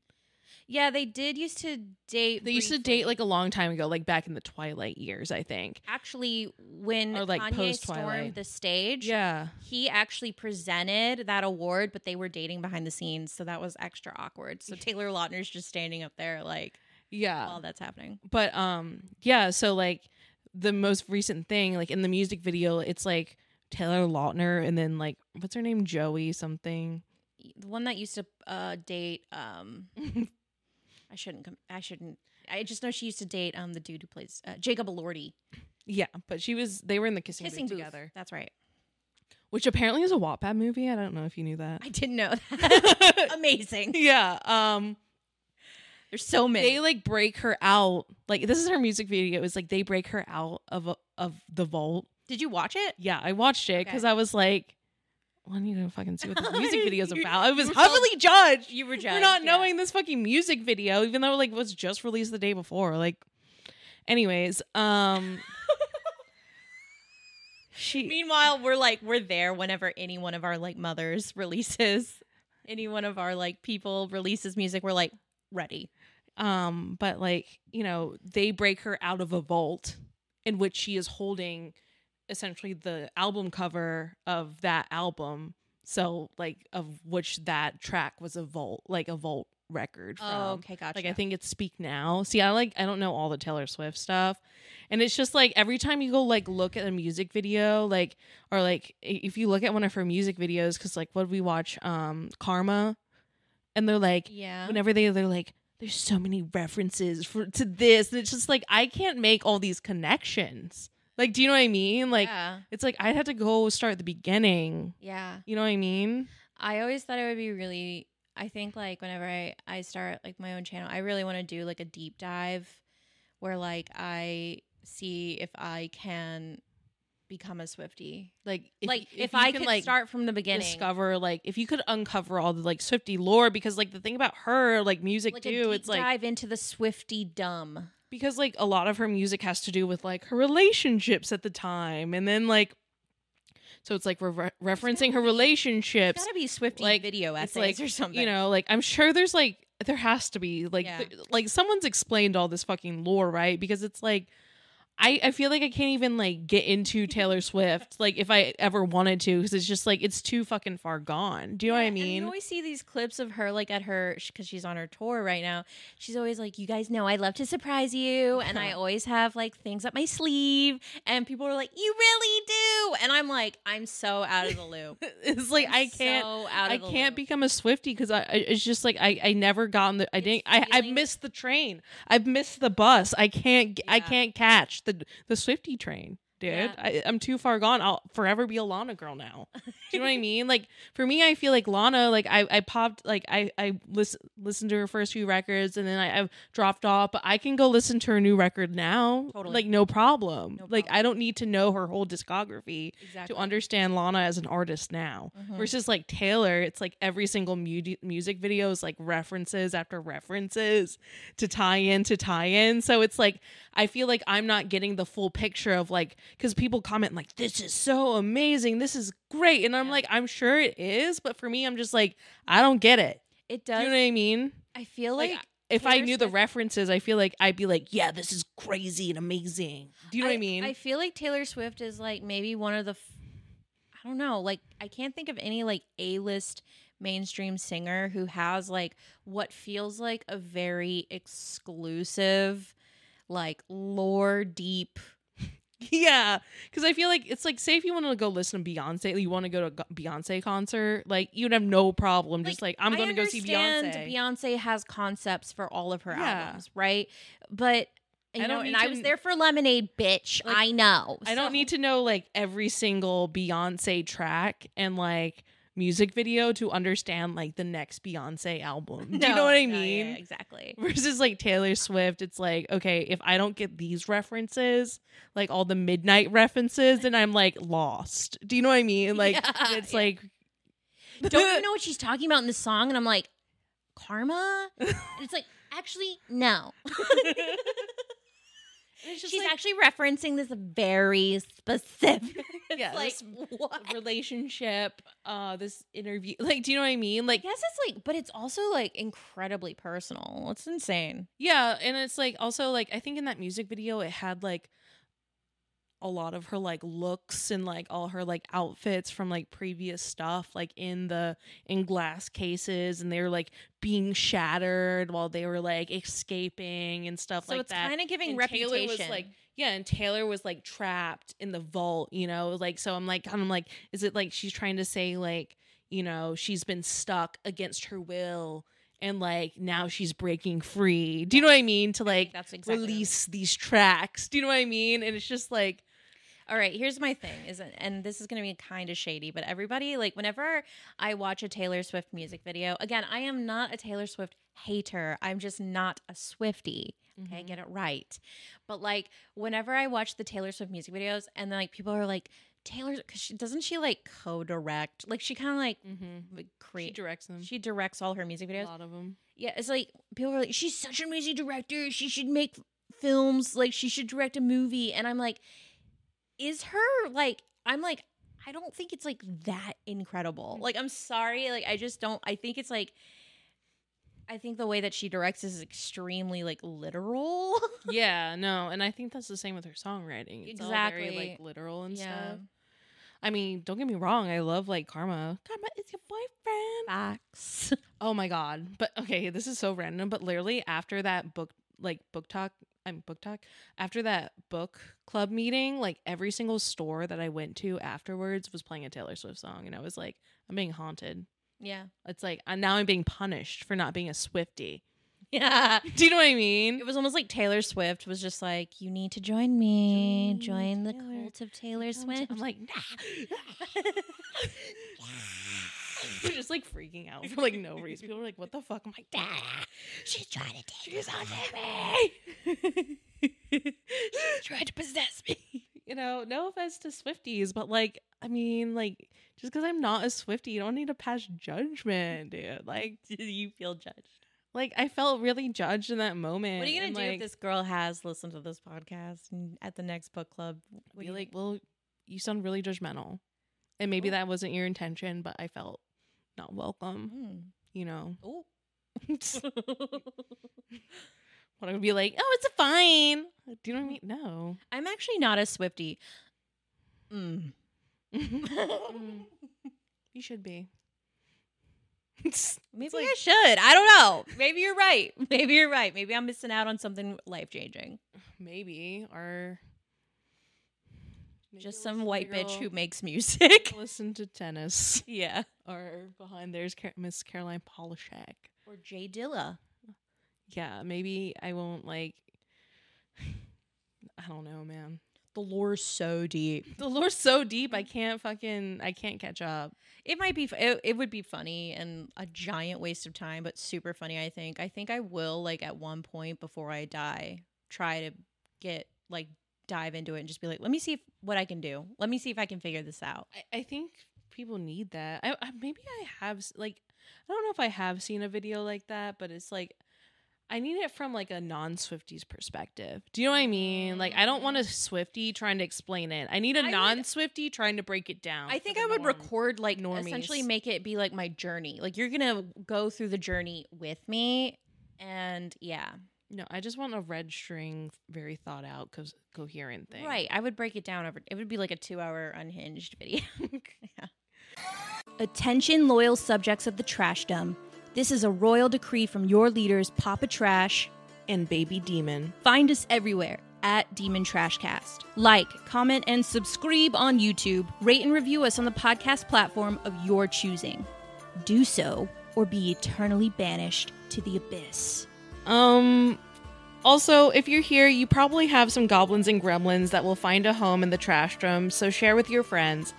yeah, they did used to date. They used to briefly. date like a long time ago, like back in the Twilight years, I think. actually when Or, like, Kanye stormed post-Twilight. the stage, Yeah, he actually presented that award, but they were dating behind the scenes, so that was extra awkward. So Taylor Lautner's just standing up there like yeah. while that's happening. but um yeah so like the most recent thing like in the music video it's like taylor lautner and then like what's her name joey something The one that used to uh, date um I shouldn't com- I shouldn't I just know she used to date um the dude who plays uh, Jacob Elordi. yeah but she was they were in the kissing, Kissing booth Booth. together That's right. which apparently is a wattpad movie i don't know if you knew that I didn't know that. Amazing. yeah um There's so many. They like break her out. Like this is her music video. It's like they break her out of a, of the vault. Did you watch it? Yeah, I watched it because I was like, well, I need to fucking see what this music video is You- about. I was you were so- heavily judged You were for judged. not yeah. knowing this fucking music video, even though like it was just released the day before. Like, anyways, um, she Meanwhile, we're like we're there whenever any one of our like mothers releases, any one of our like people releases music, we're like ready. um but like you know they break her out of a vault in which she is holding essentially the album cover of that album so like of which that track was a vault like a vault record from Oh, gotcha. like i think it's speak now see i like i don't know all the taylor swift stuff and it's just like every time you go like look at a music video like or like i- if you look at one of her music videos because like what did we watch um karma and they're like yeah. whenever they they're like there's so many references for to this and it's just like i can't make all these connections like do you know what i mean like yeah. it's like i'd have to go start at the beginning yeah. you know what i mean I always thought it would be really I think like whenever I I start like my own channel, I really want to do like a deep dive where like I see if I can become a Swifty. like like you- if, I you could start from the beginning. discover like if you could uncover all the like swifty lore because like the thing about her like music like a too deep it's like dive into the Swifty dumb. because like a lot of her music has to do with like her relationships at the time and then like so it's like re- referencing her relationships It's gotta be Swifty like, video it's essays like, or something. you know like i'm sure there's like there has to be like Yeah. th- like someone's explained all this fucking lore right because it's like I, I feel like I can't even like get into Taylor Swift like if I ever wanted to because it's just like it's too fucking far gone. Do you know what Yeah, I and you mean? always see these clips of her, like at her, because she's on her tour right now. She's always like, "You guys know I love to surprise you, and I Yeah. always have like things up my sleeve." And people are like, "You really do," and I'm like, "I'm so out of the loop. it's like I can't So out of I the can't loop. become a Swifty because I, I it's just like I I never gotten the I It's didn't I I feeling- missed the train I've missed the bus I can't g I Yeah. can't catch the the Swifty train dude Yeah. I, I'm too far gone I'll forever be a Lana girl now do you know what I mean like for me I feel like Lana like I I popped like I I listen listened to her first few records and then I, I've dropped off but I can go listen to her new record now Totally. like no problem No like problem. I don't need to know her whole discography exactly. to understand Lana as an artist now Mhm. versus like Taylor, it's like every single mu- music video is like references after references to tie in to tie in. So it's like I feel like I'm not getting the full picture of like because people comment like this is so amazing, this is great, and I'm Yeah. like I'm sure it is, but for me I'm just like I don't get it. It Do does. you know what I mean? I feel like, like, If I Taylor knew the Swift- references, I feel like I'd be like, yeah, this is crazy and amazing. Do you know what I mean? I feel like Taylor Swift is like maybe one of the. F- I don't know. Like I can't think of any like A list mainstream singer who has like what feels like a very exclusive, like lore deep. Yeah, because I feel like it's like say if you want to go listen to Beyonce, you want to go to a go- Beyonce concert, like you'd have no problem. just like I'm I going to go see understand Beyonce. Beyonce has concepts for all of her Yeah. albums, right? But you I know, don't and need I to- was there for Lemonade, bitch. Like, I know. I don't So- need to know like every single Beyonce track and like music video to understand like the next Beyonce album. Do you know No, what I no, yeah, mean? yeah, exactly. Versus like Taylor Swift, it's like okay, if I don't get these references, like all the midnight references, then I'm like lost. Do you know what I mean? Like Yeah, it's yeah. like don't you know what she's talking about in this song? And I'm like, karma? and it's like, actually, no. It's just she's like- actually referencing this very specific. It's Yeah, like, this- what? relationship, uh, this interview. Like, do you know what I mean? I Like, guess it's like, but it's also like incredibly personal. It's insane. yeah, and it's like also like I think in that music video it had like a lot of her like looks and like all her like outfits from like previous stuff like in the in glass cases and they were like being shattered while they were like escaping and stuff So like it's that. kind of giving And Taylor reputation. was, like, yeah, and Taylor was like trapped in the vault, you know, like so I'm like I'm like, is it like she's trying to say like, you know, she's been stuck against her will and like now she's breaking free. Do you know what I mean? To like that's exactly what it release these tracks. Do you know what I mean? And it's just like All right, here's my thing is and this is going to be kind of shady, but everybody like whenever I watch a Taylor Swift music video, again, I am not a Taylor Swift hater. I'm just not a Swifty. Okay, Mhm. get it right. But like whenever I watch the Taylor Swift music videos and then like people are like Taylor cuz she doesn't she like co-direct? Like she kind of like Mm-hmm. She create directs them. she directs all her music a videos. lot of them. Yeah, it's like people are like, she's such an amazing director. She should make films. Like she should direct a movie. And I'm like, is her like? I'm like, I don't think it's like that incredible. Mm. Like I'm sorry, like I just don't. I think it's like, I think the way that she directs is extremely like literal. yeah, no, and I think that's the same with her songwriting. It's all very like Exactly. literal and Yeah. stuff. I mean, don't get me wrong, I love like Karma. Karma is your boyfriend. Facts. Oh my god. But okay, this is so random, but literally after that book like book talk I'm book talk after that book club meeting, like every single store that I went to afterwards was playing a Taylor Swift song and I was like, I'm being haunted. Yeah. It's like I now I'm being punished for not being a Swifty. Yeah. Do you know what I mean? It was almost like Taylor Swift was just like, "You need to join me. Join, Join the Taylor. cult of Taylor I'm t- Swift." I'm like, nah. They're just like freaking out for like no reason. People are like, what the fuck? I'm like, nah. She's trying to take She's this on on to me. She's trying to possess me. you know, no offense to Swifties, but like, I mean, like, just because I'm not a Swifty, you don't need to pass judgment, dude. Like, Do you feel judged? like I felt really judged in that moment. What are you gonna and, do like, if this girl has listened to this podcast and at the next book club? Be like, well, you sound really judgmental, and maybe Oh. that wasn't your intention, but I felt not welcome. Mm-hmm. You know, oh, what I would be like, oh, it's a fine. Do you know what I mean? No. I'm actually not a Swifty. Mm. Mm. you should be. Maybe like- I should. I don't know. Maybe you're right. Maybe you're right. Maybe I'm missing out on something life changing. maybe or maybe Just listen some to white the bitch who girl- makes music. listen to tennis yeah. or behind there's Car- Miss Caroline Polishek. Or Jay Dilla. Yeah, maybe I won't like. I don't know, man. The lore's so deep. The lore's so deep, I can't fucking, I can't catch up. It might be. f- It, it would be funny and a giant waste of time, but super funny. I think. I think I will like at one point before I die try to get like dive into it and just be like, let me see if, what I can do. Let me see if I can figure this out. I, I think people need that. I, I maybe I have s- like, I don't know if I have seen a video like that, but it's like. I need it from like a non Swifties perspective. Do you know what I mean? Like, I don't want a Swifty trying to explain it. I need Mm. I a would- non Swifty trying to break it down. I for think the I would norm. record like normies. essentially make it be like my journey. Like you're gonna go through the journey with me, and yeah, No, I just want a red string, very thought out, co- coherent thing. right. I would break it down over. It would be like a two-hour unhinged video. yeah. Attention, loyal subjects of the trashdom. This is a royal decree from your leaders, Papa Trash. And baby demon. Find us everywhere at Demon Trashcast. Like, comment, and subscribe on YouTube. Rate and review us on the podcast platform of your choosing. Do so or be eternally banished to the abyss. Um. Also, if you're here, you probably have some goblins and gremlins that will find a home in the trash drum, so share with your friends.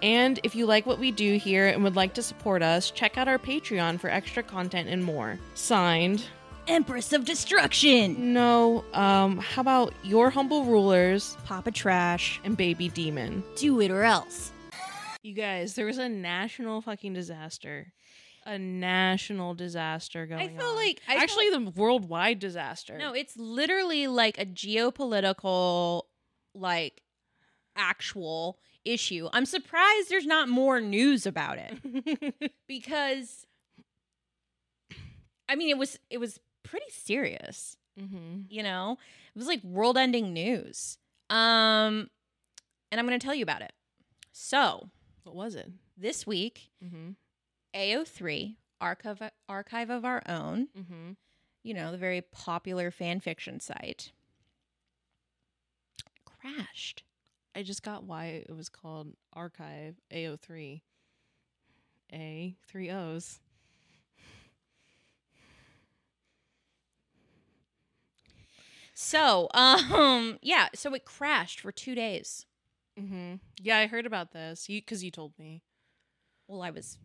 And if you like what we do here and would like to support us, check out our Patreon for extra content and more. Signed. Empress of Destruction! No, um, how about your humble rulers Papa Trash, and baby demon? do it or else. You guys, there was a national fucking disaster. A national disaster going on. feel like- I feel actually the worldwide disaster. No, it's literally like a geopolitical, like, actual issue. I'm surprised there's not more news about it. because I mean it was it was pretty serious, mm-hmm. you know? It was like world-ending news. Um and I'm going to tell you about it. So, What was it? this week, Mm-hmm. AO3 archive archive of our own, Mm-hmm. you know, the very popular fan fiction site crashed. I just got why it was called Archive AO3. A three O's. So, um yeah, so it crashed for 2 days. hmm Yeah, I heard about this. You because you told me Well, I was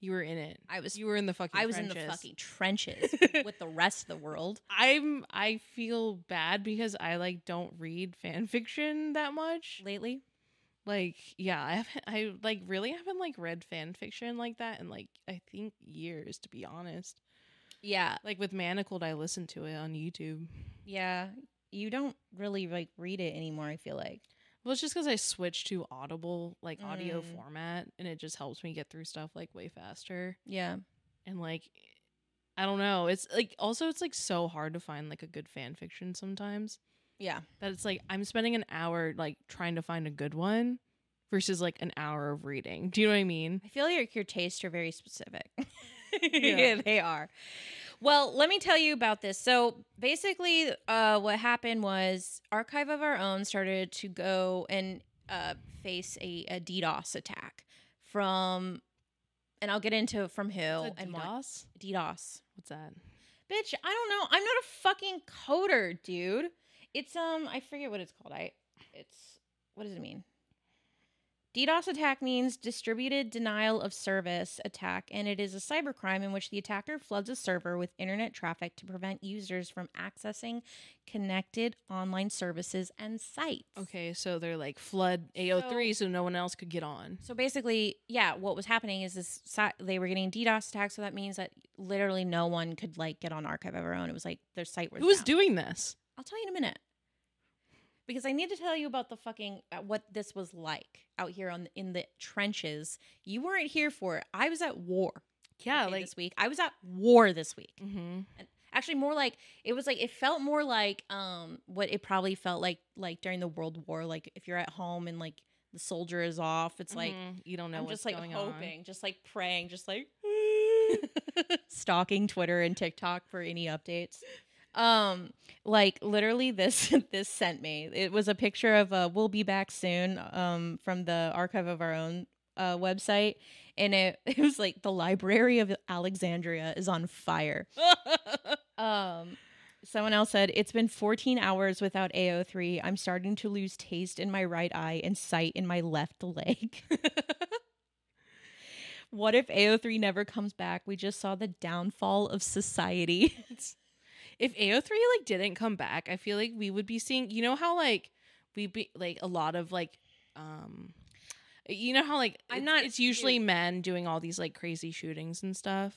you were in it. I was You were in the fucking. I was in the trenches. fucking trenches with the rest of the world. I'm. I feel bad because I like don't read fan fiction that much. Lately, Like, yeah, I haven't. I like really haven't like read fan fiction like that in like I think years to be honest. yeah, Like with Manacled, I listened to it on YouTube. yeah. You don't really like read it anymore. I feel like Well, it's just because I switched to Audible, like audio Mm. format, and it just helps me get through stuff like way faster. yeah, And like, I don't know. It's like also it's like so hard to find like a good fan fiction sometimes yeah, that it's like I'm spending an hour like trying to find a good one versus like an hour of reading. Do you know what I mean? I feel like your tastes are very specific. Yeah. they are. Well, let me tell you about this. So basically, uh, what happened was Archive of Our Own started to go and uh, face a, a DDoS attack from, and I'll get into from who Is that and why. DDoS? DDoS. What's that? Bitch, I don't know. I'm not a fucking coder, dude. It's um I forget what it's called. I it's what does it mean? DDoS attack means distributed denial of service attack, and it is a cybercrime in which the attacker floods a server with internet traffic to prevent users from accessing connected online services and sites. Okay, so they're like flood AO3, so no one else could get on. So basically, yeah, what was happening is this si- they were getting DDoS attacks, so that means that literally no one could like get on Archive of Our Own. It was like their site was Who was down. doing this? I'll tell you in a minute. Because I need to tell you about the fucking uh, what this was like out here on in the trenches. You weren't here for it. I was at war. Yeah, okay, like. this week. I was at war this week. Mm-hmm. Actually, more like it was like it felt more like um what it probably felt like like during the World War. Like if you're at home and like the soldier is off, it's like you don't know I'm what's just like going on. hoping, just like praying, just like stalking Twitter and TikTok for any updates. Um, like literally this this sent me. It was a picture of uh we'll be back soon um from the archive of our own uh website and it, it was like the library of Alexandria is on fire. Um someone else said it's been 14 hours without AO3. I'm starting to lose taste in my right eye and sight in my left leg. what if AO3 never comes back? We just saw the downfall of society. if AO3 like didn't come back, I feel like we would be seeing you know how like we be like a lot of like um you know how like I'm it's- not- it's usually men doing all these like crazy shootings and stuff.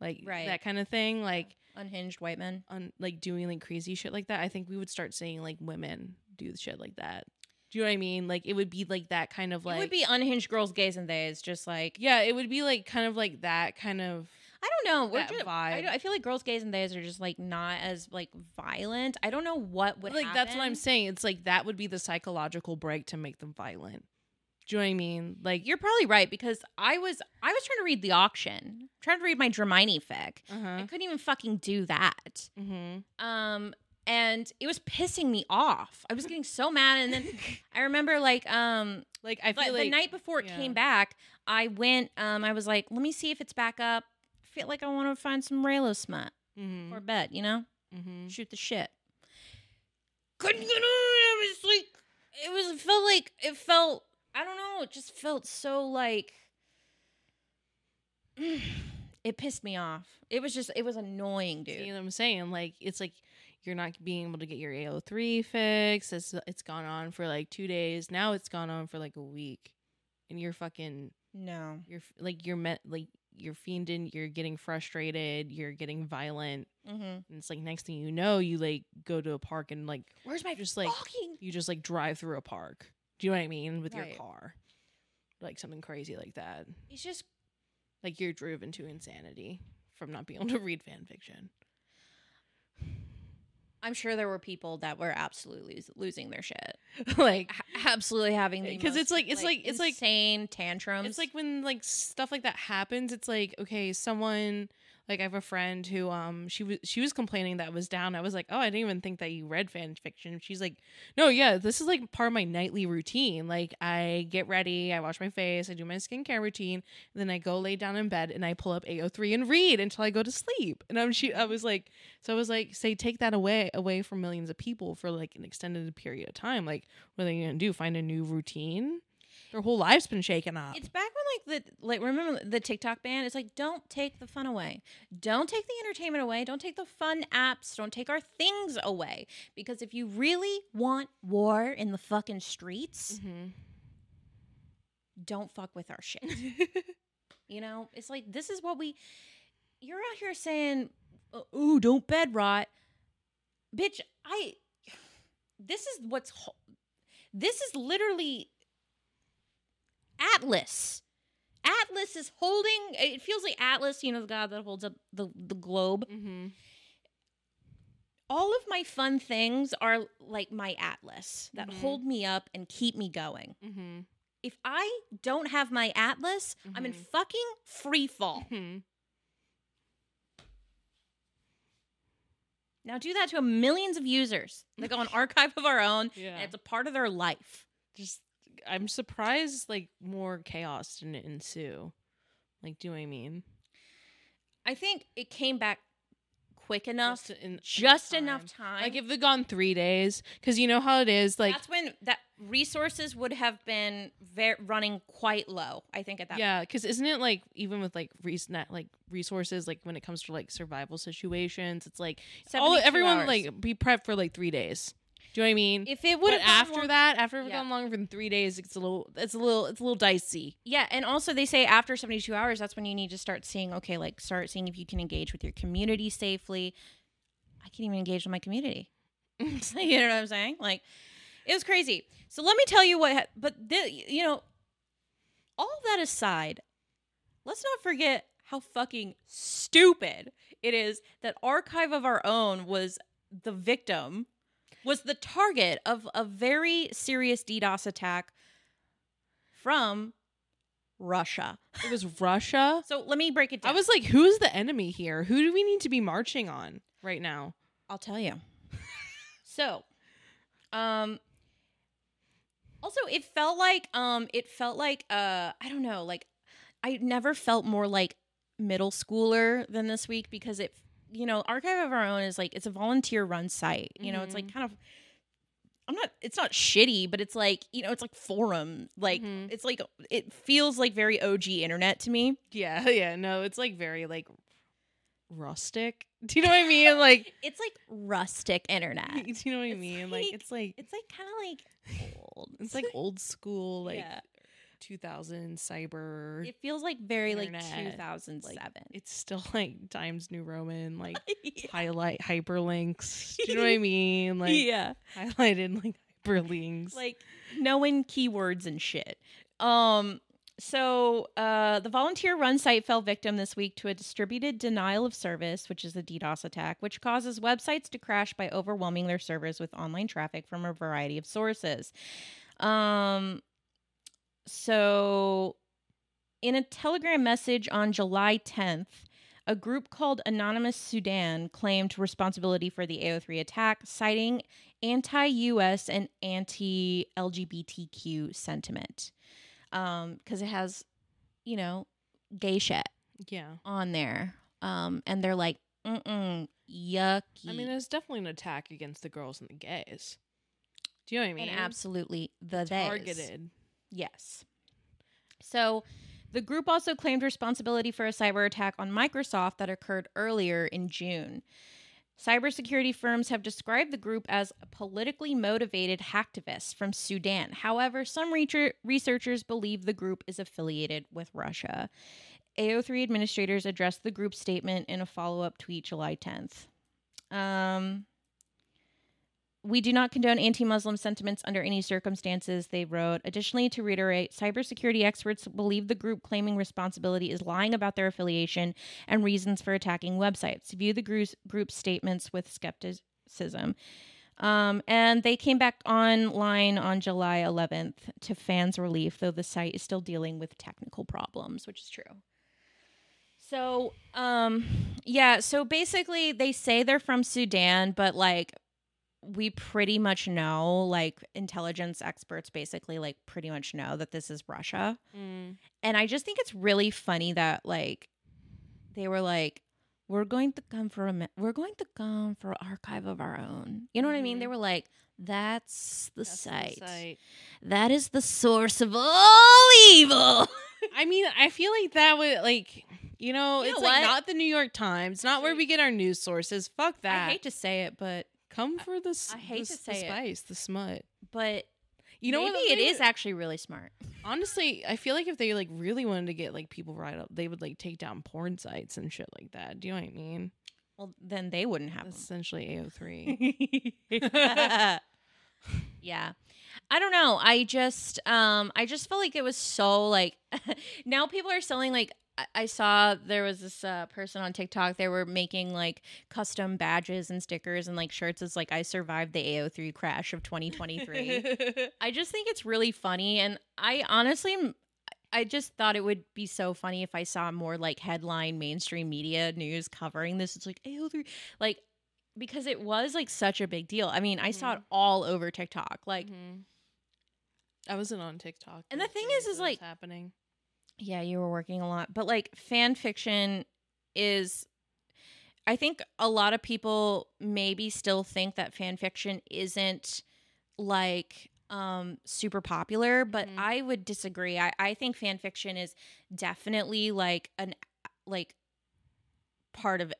Like Right. that kind of thing, like Unhinged white men. on like doing like crazy shit like that. I think we would start seeing like women do shit like that. Do you know what I mean? Like it would be like that kind of like it would be unhinged girls, gays, and theys. Just like yeah, it would be like kind of like that kind of I don't know. We're That just, I, vibe. don't- I feel like girls, gays, and theys are just like not as like violent. I don't know what would like that's what I'm happen. saying. It's like that would be the psychological break to make them violent. Do you know what I mean? Like You're probably right because I was I was trying to read the auction, trying to read my Dramini fic. I uh-huh. couldn't even fucking do that. hmm Um, and it was pissing me off. I was getting so mad, and then I remember like um Like I like, feel like the night before it yeah. came back, I went. Um, I was like, let me see if it's back up. I feel like I want to find some Raylo smut Mhm, or bed, you know, mhm. shoot the shit. Mm-hmm. Couldn't get on. I was like, it was it felt like it felt. I don't know. It just felt so like. It pissed me off. It was just. It was annoying, dude. See what I'm saying? Like it's like you're not being able to get your AO3 fixed. It's it's gone on for like two days. Now it's gone on for like a week, and you're fucking No. you're f- like you're met like you're fiending. You're getting frustrated. You're getting violent. Mm-hmm. And it's like next thing you know, you like go to a park and like Where's my Just, like, fucking? you just like drive through a park. Do you know what I mean? With Right. your car. Like something crazy like that. It's just. Like you're driven to insanity from not being able to read fan fiction. I'm sure there were people that were absolutely los- losing their shit, like H- absolutely having the 'Cause most, it's like- it's like- it's like- insane tantrums. it's like when like stuff like that happens, it's like, okay, someone Like I have a friend who um she was she was complaining that it was down. I was like, "Oh, I didn't even think that you read fan fiction." She's like, "No, yeah, this is like part of my nightly routine. Like I get ready, I wash my face, I do my skincare routine, and then I go lay down in bed and I pull up AO3 and read until I go to sleep." And I'm she I was like, so I was like, "Say take that away away from millions of people for like an extended period of time. Like what are they going to do? Find a new routine?" Their whole life's been shaken up. It's back when like the like remember the TikTok ban? It's like don't take the fun away. Don't take the entertainment away. Don't take the fun apps. Don't take our things away. Because if you really want war in the fucking streets, Mhm. don't fuck with our shit. Mm-hmm. you know? It's like this is what we you're out here saying, "Uh, "Ooh, don't bed rot." Bitch, I this is what's ho- this is literally Atlas. Atlas is holding. It feels like Atlas, you know, the god that holds up the, the globe. mm-hmm. All of my fun things are like my Atlas that Mhm. hold me up and keep me going. Mm-hmm. If I don't have my Atlas, I'm in Mhm. fucking free fall. Hmm. now do that to millions of users that go on archive of our own, Yeah. and it's a part of their life. just I'm surprised like more chaos didn't ensue. Like, do I mean I think it came back quick enough, just, in, enough time. Like, if it had gone three days, because you know how it is. Like, that's when that resources would have been ver- running quite low. I think at that. yeah, because isn't it like even with like recent like resources, like when it comes to like survival situations, it's like Oh, all 72 everyone hours. like be prepped for like three days. Do you know what I mean? if it would But have after that, after it's Yeah. gone longer than three days, it's a little, it's a little, it's a little dicey. yeah, and also they say after seventy two hours, that's when you need to start seeing. Okay, like start seeing if you can engage with your community safely. I can't even engage with my community. you know what I'm saying? Like it was crazy. So let me tell you what. ha- But thi- you know, all that aside, let's not forget how fucking stupid it is that archive of our own was the victim was the target of a very serious DDoS attack from Russia. It was Russia. So let me break it down. I was like, who's the enemy here? Who do we need to be marching on right now? I'll tell you. so, um also it felt like um it felt like uh I don't know, like I never felt more like middle schooler than this week because it you know, Archive of Our Own is like it's a volunteer run site. You know, it's like kind of I'm not it's not shitty, but it's like, you know, it's like forum. Like Mhm. it's like it feels like very OG internet to me. Yeah, yeah, no, it's like very like rustic. Do you know what I mean? Like, It's like rustic internet. do you know what I It's mean? Like, like- it's like It's like kind of like old. it's like old school, like Yeah. 2000 cyber. It feels like very like Internet, 2007. it's still like Times New Roman, like yeah. highlight hyperlinks. Do you know what I mean? Like yeah. highlighted like hyperlinks. Like knowing keywords and shit. Um so uh the volunteer run site fell victim this week to a distributed denial of service, which is the DDoS attack, which causes websites to crash by overwhelming their servers with online traffic from a variety of sources. Um so in a Telegram message on July 10th, a group called Anonymous Sudan claimed responsibility for the AO3 attack, citing anti US and anti LGBTQ sentiment. Because it has, you know, gay shit yeah. on there. Um, and they're like, mm mm, yucky. I mean, it's definitely an attack against the girls and the gays. Do you know what I mean? and absolutely the they. Targeted. Yes. So the group also claimed responsibility for a cyber attack on Microsoft that occurred earlier in June. Cybersecurity firms have described the group as politically motivated hacktivists from Sudan. However, some reacher- researchers believe the group is affiliated with Russia. AO3 administrators addressed the group statement in a follow up tweet July 10th. Um, we do not condone anti Muslim sentiments under any circumstances, they wrote. Additionally, to reiterate, cybersecurity experts believe the group claiming responsibility is lying about their affiliation and reasons for attacking websites. View the group's, group's statements with skepticism. Um, and they came back online on July 11th to fans' relief, though the site is still dealing with technical problems, which is true. So, um, yeah, so basically they say they're from Sudan, but like we pretty much know, like intelligence experts basically like pretty much know that this is Russia. Mm. And I just think it's really funny that like they were like we're going to come for a mi- we're going to come for an archive of our own. You know what I mean? Mhm. They were like that's the, That's the site. site. That is the source of all evil. I mean, I feel like that would like you know, You it's know like what? not the New York Times, not where we get our news sources. Fuck that. I hate to say it, but Come for the s- I hate the, to s- the say it. spice, the smut. but You know maybe what? it They is would- actually really smart. honestly, I feel like if they like really wanted to get like people right up, they would like take down porn sites and shit like that. Do you know what I mean? Well, then they wouldn't have That's them. essentially AO3. yeah. I don't know. I just um I just felt like it was so like now people are selling like I- I saw there was this uh, person on TikTok. They were making like custom badges and stickers and like shirts. It's like I survived the AO3 crash of 2023. I just think it's really funny, and I honestly, m- I just thought it would be so funny if I saw more like headline mainstream media news covering this. It's like AO3, like because it was like such a big deal. I mean, I saw it all over TikTok. Like, Mhm. I wasn't on TikTok. Mm-hmm. And the when thing is, all of is, that was like- happening. yeah, you were working a lot, but like fan fiction is. I think a lot of people maybe still think that fan fiction isn't like um super popular but Mhm. i would disagree I, I think fan fiction is definitely like an like part of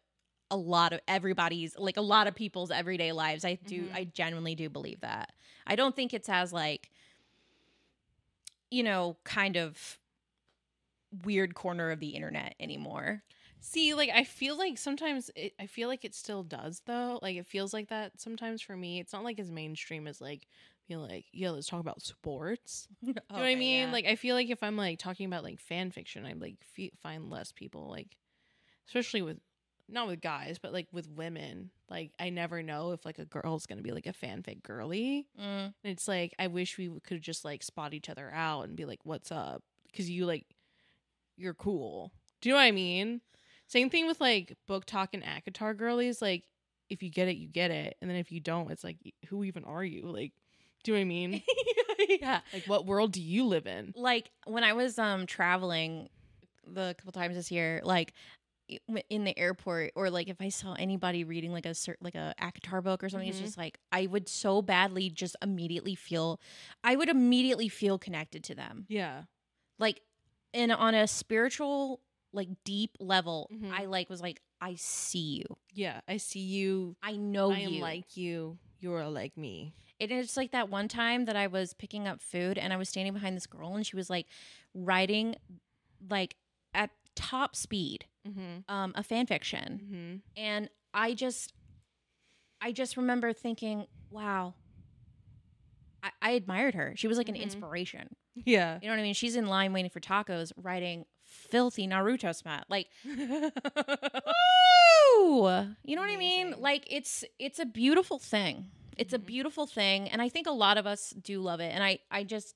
a lot of everybody's like a lot of people's everyday lives i do Mhm. i genuinely do believe that i don't think it's as like you know kind of weird corner of the internet anymore See, like I feel like sometimes it, I feel like it still does though. Like it feels like that sometimes for me. It's not like as mainstream as like you know, like yeah, let's talk about sports. you You know what I mean? Like I feel like if I'm like talking about like fan fiction, I like fe- find less people like, especially with not with guys, but like with women. Like I never know if like a girl's gonna be like a fanfic girly. And it's like I wish we could just like spot each other out and be like, "What's up?" Because you like, you're cool. Do you know what I mean? Same thing with like book talk and Akatar girlies. Like, if you get it, you get it, and then if you don't, it's like, who even are you? Like, do you know what I mean? yeah like, what world do you live in? like when I was um traveling the couple times this year, like i- w- in the airport or like if I saw anybody reading like a cer- like a ACOTAR book or something, Mhm. it's just like I would so badly just immediately feel, I would immediately feel connected to them, Yeah, like, and on a spiritual like deep level, Mhm. I like was like I see you, yeah. I see you. I know I am Oh, you, like you. You are like me. And it's like that one time that I was picking up food and I was standing behind this girl and she was like writing like at top speed Mm-hmm. um a fan fiction. Mm-hmm. And I just I just remember thinking, wow. I, I admired her. She was like an Mhm. inspiration. Yeah. You know what I mean? She's in line waiting for tacos writing filthy Naruto smut. Like Mm-hmm. Woo! You know what I mean? Amazing. Like it's it's a beautiful thing. It's a Mhm. beautiful thing and I think a lot of us do love it. And I I just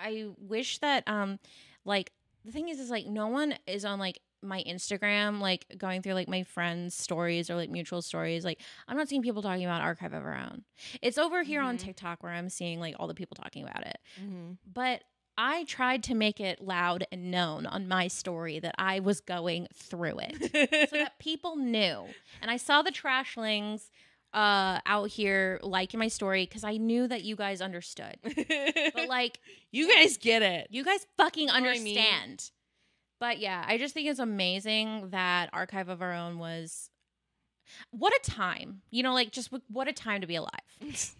I wish that um like the thing is is like no one is on like my Instagram like going through like my friends stories or like mutual stories like I'm not seeing people talking about archive of our own. It's over here on Mhm. TikTok where I'm seeing like all the people talking about it. mm-hmm. But I tried to make it loud and known on my story that I was going through it so that people knew. And I saw the trashlings uh, out here liking my story because I knew that you guys understood. But like, you guys get it. you guys fucking know what I understand. mean? But yeah, I just think it's amazing that Archive of Our Own was. What a time, you know, like just what a time to be alive.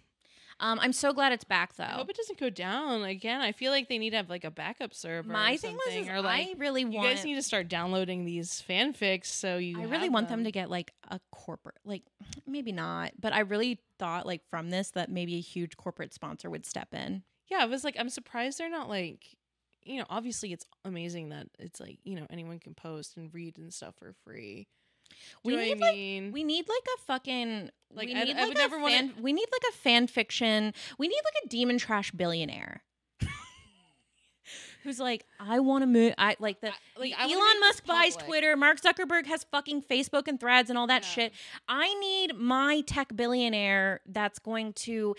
Um, I'm so glad it's back though. I hope it doesn't go down again. I feel like they need to have like a backup server. My or thing was, something, is or like I really you want. guys need to start downloading these fanfics so you. I really have want them. to get like a corporate, like maybe not, but I really thought like from this that maybe a huge corporate sponsor would step in. Yeah, I was like, I'm surprised they're not like, you know, obviously it's amazing that it's like you know anyone can post and read and stuff for free. Do We you know need what I like mean? we need like a fucking Mm. Like, we I- need I like would a never wanna- fan, we need like a fan fiction. We need like a demon trash billionaire. who's like, I want to move. I like the I- like, the I wanna Elon make this Musk buys public. Twitter. Mark Zuckerberg has fucking Facebook and Threads and all that Yeah. shit. I need my tech billionaire that's going to,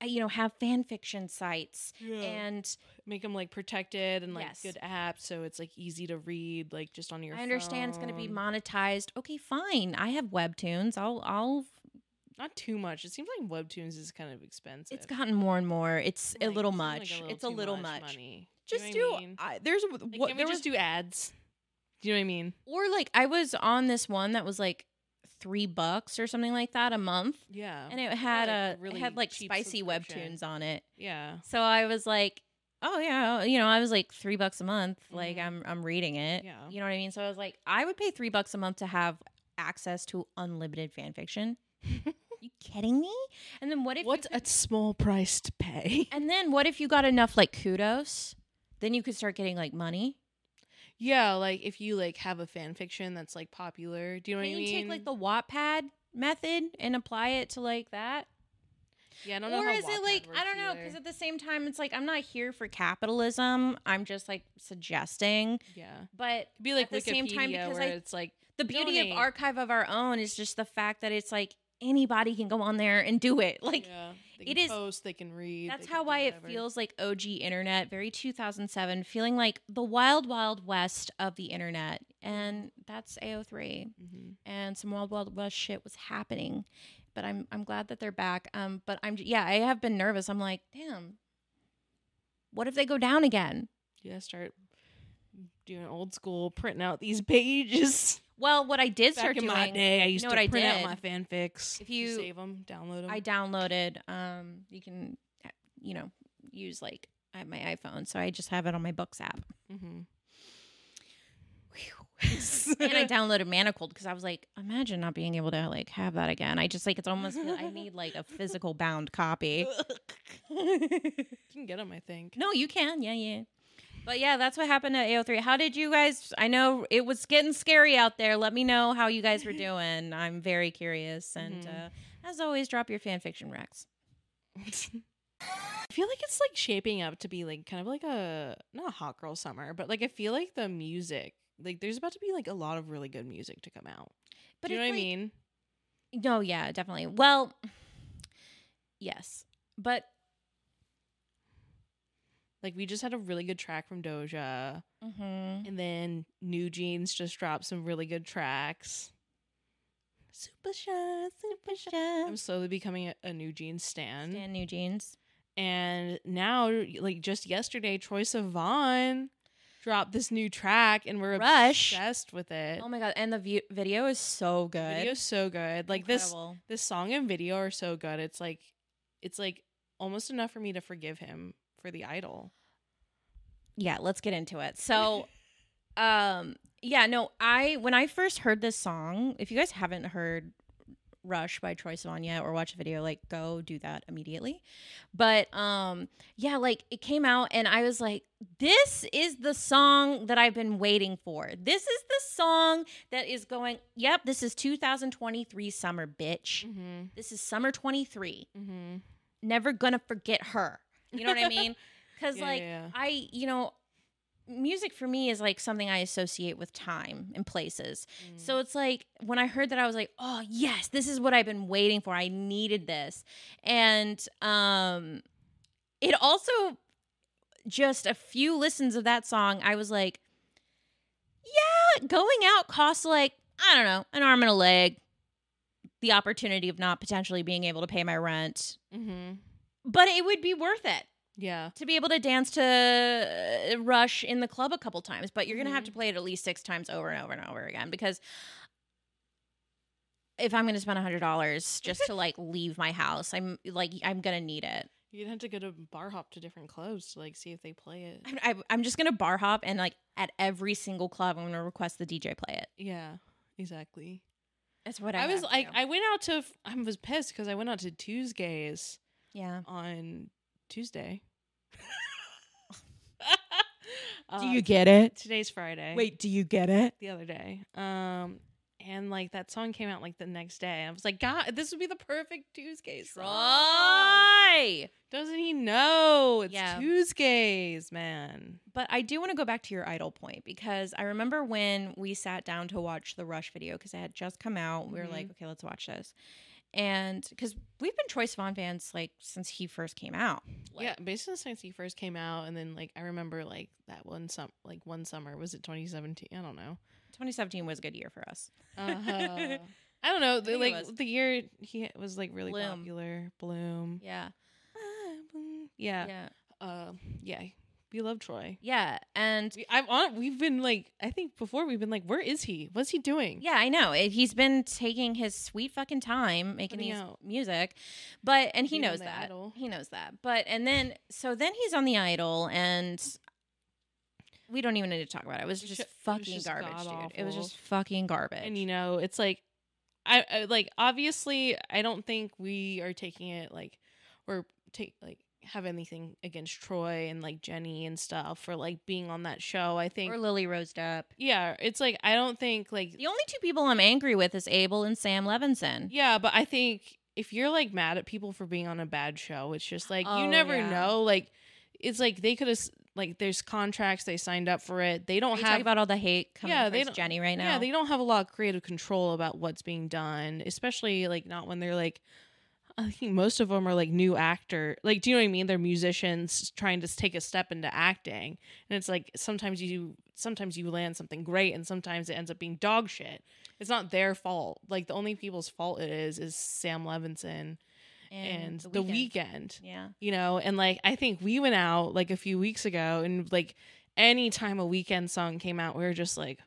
uh, you know, have fan fiction sites Mm. and make them like protected and like Yes. good apps so it's like easy to read like just on your I understand it's going to be phone. monetized. Okay, fine. I have webtoons. I'll I'll not too much it seems like webtoons is kind of expensive it's gotten more and more. It's a Like, little seems like much. it's a too little much. much, money. Just you know do what I mean? I, there's Like, what can we there just was do ads do you know what i mean or like I was on this one that was like 3 bucks or something like that a month yeah and it had a like, really it had like cheap spicy subscription. webtoons on it. yeah So I was like, oh yeah, you know, I was like three bucks a month. Like Mhm. I'm I'm reading it. Yeah. You know what I mean? So I was like, I would pay three bucks a month to have access to unlimited fan fiction. you kidding me? And then what if you what's could- a small price to pay and then what if you got enough like kudos? Then you could start getting like money. yeah like if you like have a fan fiction that's like popular do you know Can what i you mean take like the Wattpad method and apply it to like that? yeah i don't know Or how is it Wattpad like I works don't know? either. Because at the same time, it's like I'm not here for capitalism. I'm just like suggesting. yeah But It'd be like at the Wikipedia same time, because where I- it's like the beauty Donate. of archive of our own is just the fact that it's like anybody can go on there and do it like yeah, they it can is- post, they can read. that's they can how do why it whatever. feels like og internet very 2007 feeling like the wild wild west of the internet and that's ao3 Mhm. and some wild wild west shit was happening but i'm i'm glad that they're back um but i'm yeah i have been nervous i'm like damn what if they go down again Yeah, start doing old school, printing out these pages. well what i did Back start in doing my day, I used know to what I print out did? my fanfics. If you- save them, download them. I downloaded. Um, you can, you know, use like I have my iPhone, so I just have it on my Books app. Mm-hmm. and I downloaded Manacled because I was like, imagine not being able to like have that again. I just like it's almost feel- I need like a physical bound copy. you can get them, I think. No, you can, yeah, yeah. But yeah, that's what happened at AO3. How did you guys? I know it was getting scary out there. Let me know how you guys were doing. I'm very curious. And Mhm. uh, as always, drop your fan fiction recs. I feel like it's like shaping up to be like kind of like a not a hot girl summer, but like I feel like the music, like there's about to be like a lot of really good music to come out. But Do you know it's, what I like, mean? No, yeah, definitely. Well, yes, but Like we just had a really good track from Doja. mhm. And then New Jeans just dropped some really good tracks. Super shy, super shy. I'm slowly becoming a, a New Jeans stan. Stan New Jeans. And now, like just yesterday, Troy Sivan dropped this new track, and we're Rush. obsessed with it. Oh my god, and the vi- video is so The good. video's so good. Like this, Incredible. this song and video are so good. It's like, it's like almost enough for me to forgive him for the idol. Yeah, let's get into it. So, um, yeah, no, I when I first heard this song, if you guys haven't heard Rush by Troy Sivan yet or watch the video, like go do that immediately. But um, yeah, like it came out and I was like, this is the song that I've been waiting for. This is the song that is going, yep, this is 2023 summer, bitch. Mm-hmm. This is summer 23. Mm-hmm. Never gonna forget her. You know what I mean? Because Yeah, like yeah, yeah. I, you know, music for me is like something I associate with time and places. Mm-hmm. Mm. So it's like when I heard that, I was like, oh, yes, this is what I've been waiting for. I needed this. And um, it also, just a few listens of that song, I was like, yeah, going out costs like, I don't know, an arm and a leg, the opportunity of not potentially being able to pay my rent, mm-hmm. but it would be worth it yeah. to be able to dance to uh, Rush in the club a couple times, but you're going to have Mhm. to play it at least six times over and over and over again because if I'm going to spend a hundred dollars just to like leave my house, I'm like I'm going to need it. You'd have to go to bar hop to different clubs to like see if they play it. I'm, I'm- I'm just going to bar hop and like at every single club, I'm going to request the DJ play it. Yeah, exactly. That's what I, I have was to like, do. I went out to, f- I was pissed because I went out to Tuesdays yeah. on Tuesday. get it? Uh, Uh, Today's Friday. do you get it? the other day. Um, and like that song came out like the next day. I was like, God, this would be the perfect Tuesday song. Try. Doesn't he know it's Yeah. Tuesdays, man? But I do want to go back to your idol point because I remember when we sat down to watch the Rush video because it had just come out. We were Mhm. like, okay, let's watch this. And because we've been Troy Sivan fans like since he first came out. Like, yeah, basically since he first came out, and then like I remember like that one sum like one summer was it 2017? I don't know. 2017 was a good year for us. Uh-huh. I don't know. The, think it like was. the year he was like really Bloom. popular, Bloom. Yeah. Ah, Bloom. Yeah. Yeah. Uh, yeah. We love Troy. Yeah. And We, I've on. We've been like, I think before we've been like, where is he? What's he doing? Yeah, I know. It- He's been taking his sweet fucking time making Putting these out- music, but and he being on knows the that. Idol. He knows that. But and then so then he's on the idol, and we don't even need to talk about it. It was It just sho- it was fucking just garbage, dude. It was god-awful. just fucking garbage. And you know, it's like, I, I like obviously I don't think we are taking it like, or take like have anything against Troy and like Jenny and stuff for like being on that show. I think. or Lily rose up. yeah, it's like I don't think like The only two people I'm angry with is Abel and Sam Levinson. Yeah, but I think if you're like mad at people for being on a bad show, it's just like you Oh, never yeah. know. Like it's like they could have like there's contracts they signed up for it. They Are don't you have talking about all the hate coming Yeah, yeah, they towards don't- Jenny right now? yeah they don't have a lot of creative control about what's being done, especially like not when they're like. I think most of them are like new actor. Like, do you know what I mean? They're musicians trying to s- take a step into acting, and it's like sometimes you sometimes you land something great, and sometimes it ends up being dog shit. It's not their fault. Like the only people's fault it is is Sam Levinson and the, weekend. Yeah. you know and like i think we went out like a few weeks ago and like anytime a weekend song came out we were just like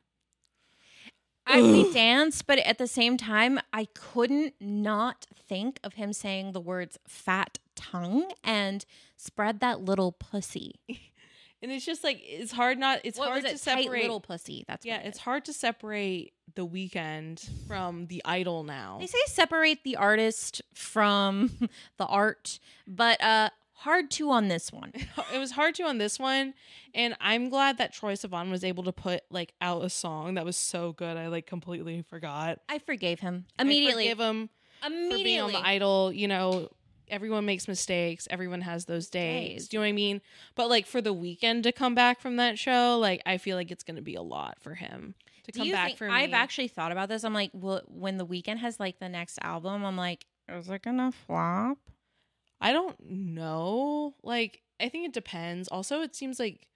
I, we Ugh. danced, but at the same time, I couldn't not think of him saying the words fat tongue and spread that little pussy. and it's just like it's hard not it's What hard was to it? Tight separate little pussy. That's yeah what it it's is. hard to separate the weekend from the idol now They say separate the artist from the art, but uh hard to on this one. it was hard to on this one and i'm glad that troy sivan was able to put like out a song that was so good i like completely forgot I forgave him I immediately. forgive him for immediately. being on the idol you know everyone makes mistakes everyone has those days, Days, do you know what i mean but like for the weekend to come back from that show like i feel like it's going to be a lot for him to Do come you back think- for me I've actually thought about this. I'm like, well, when the weekend has like the next album, I'm like, is it gonna flop? i don't know like i think it depends also it seems like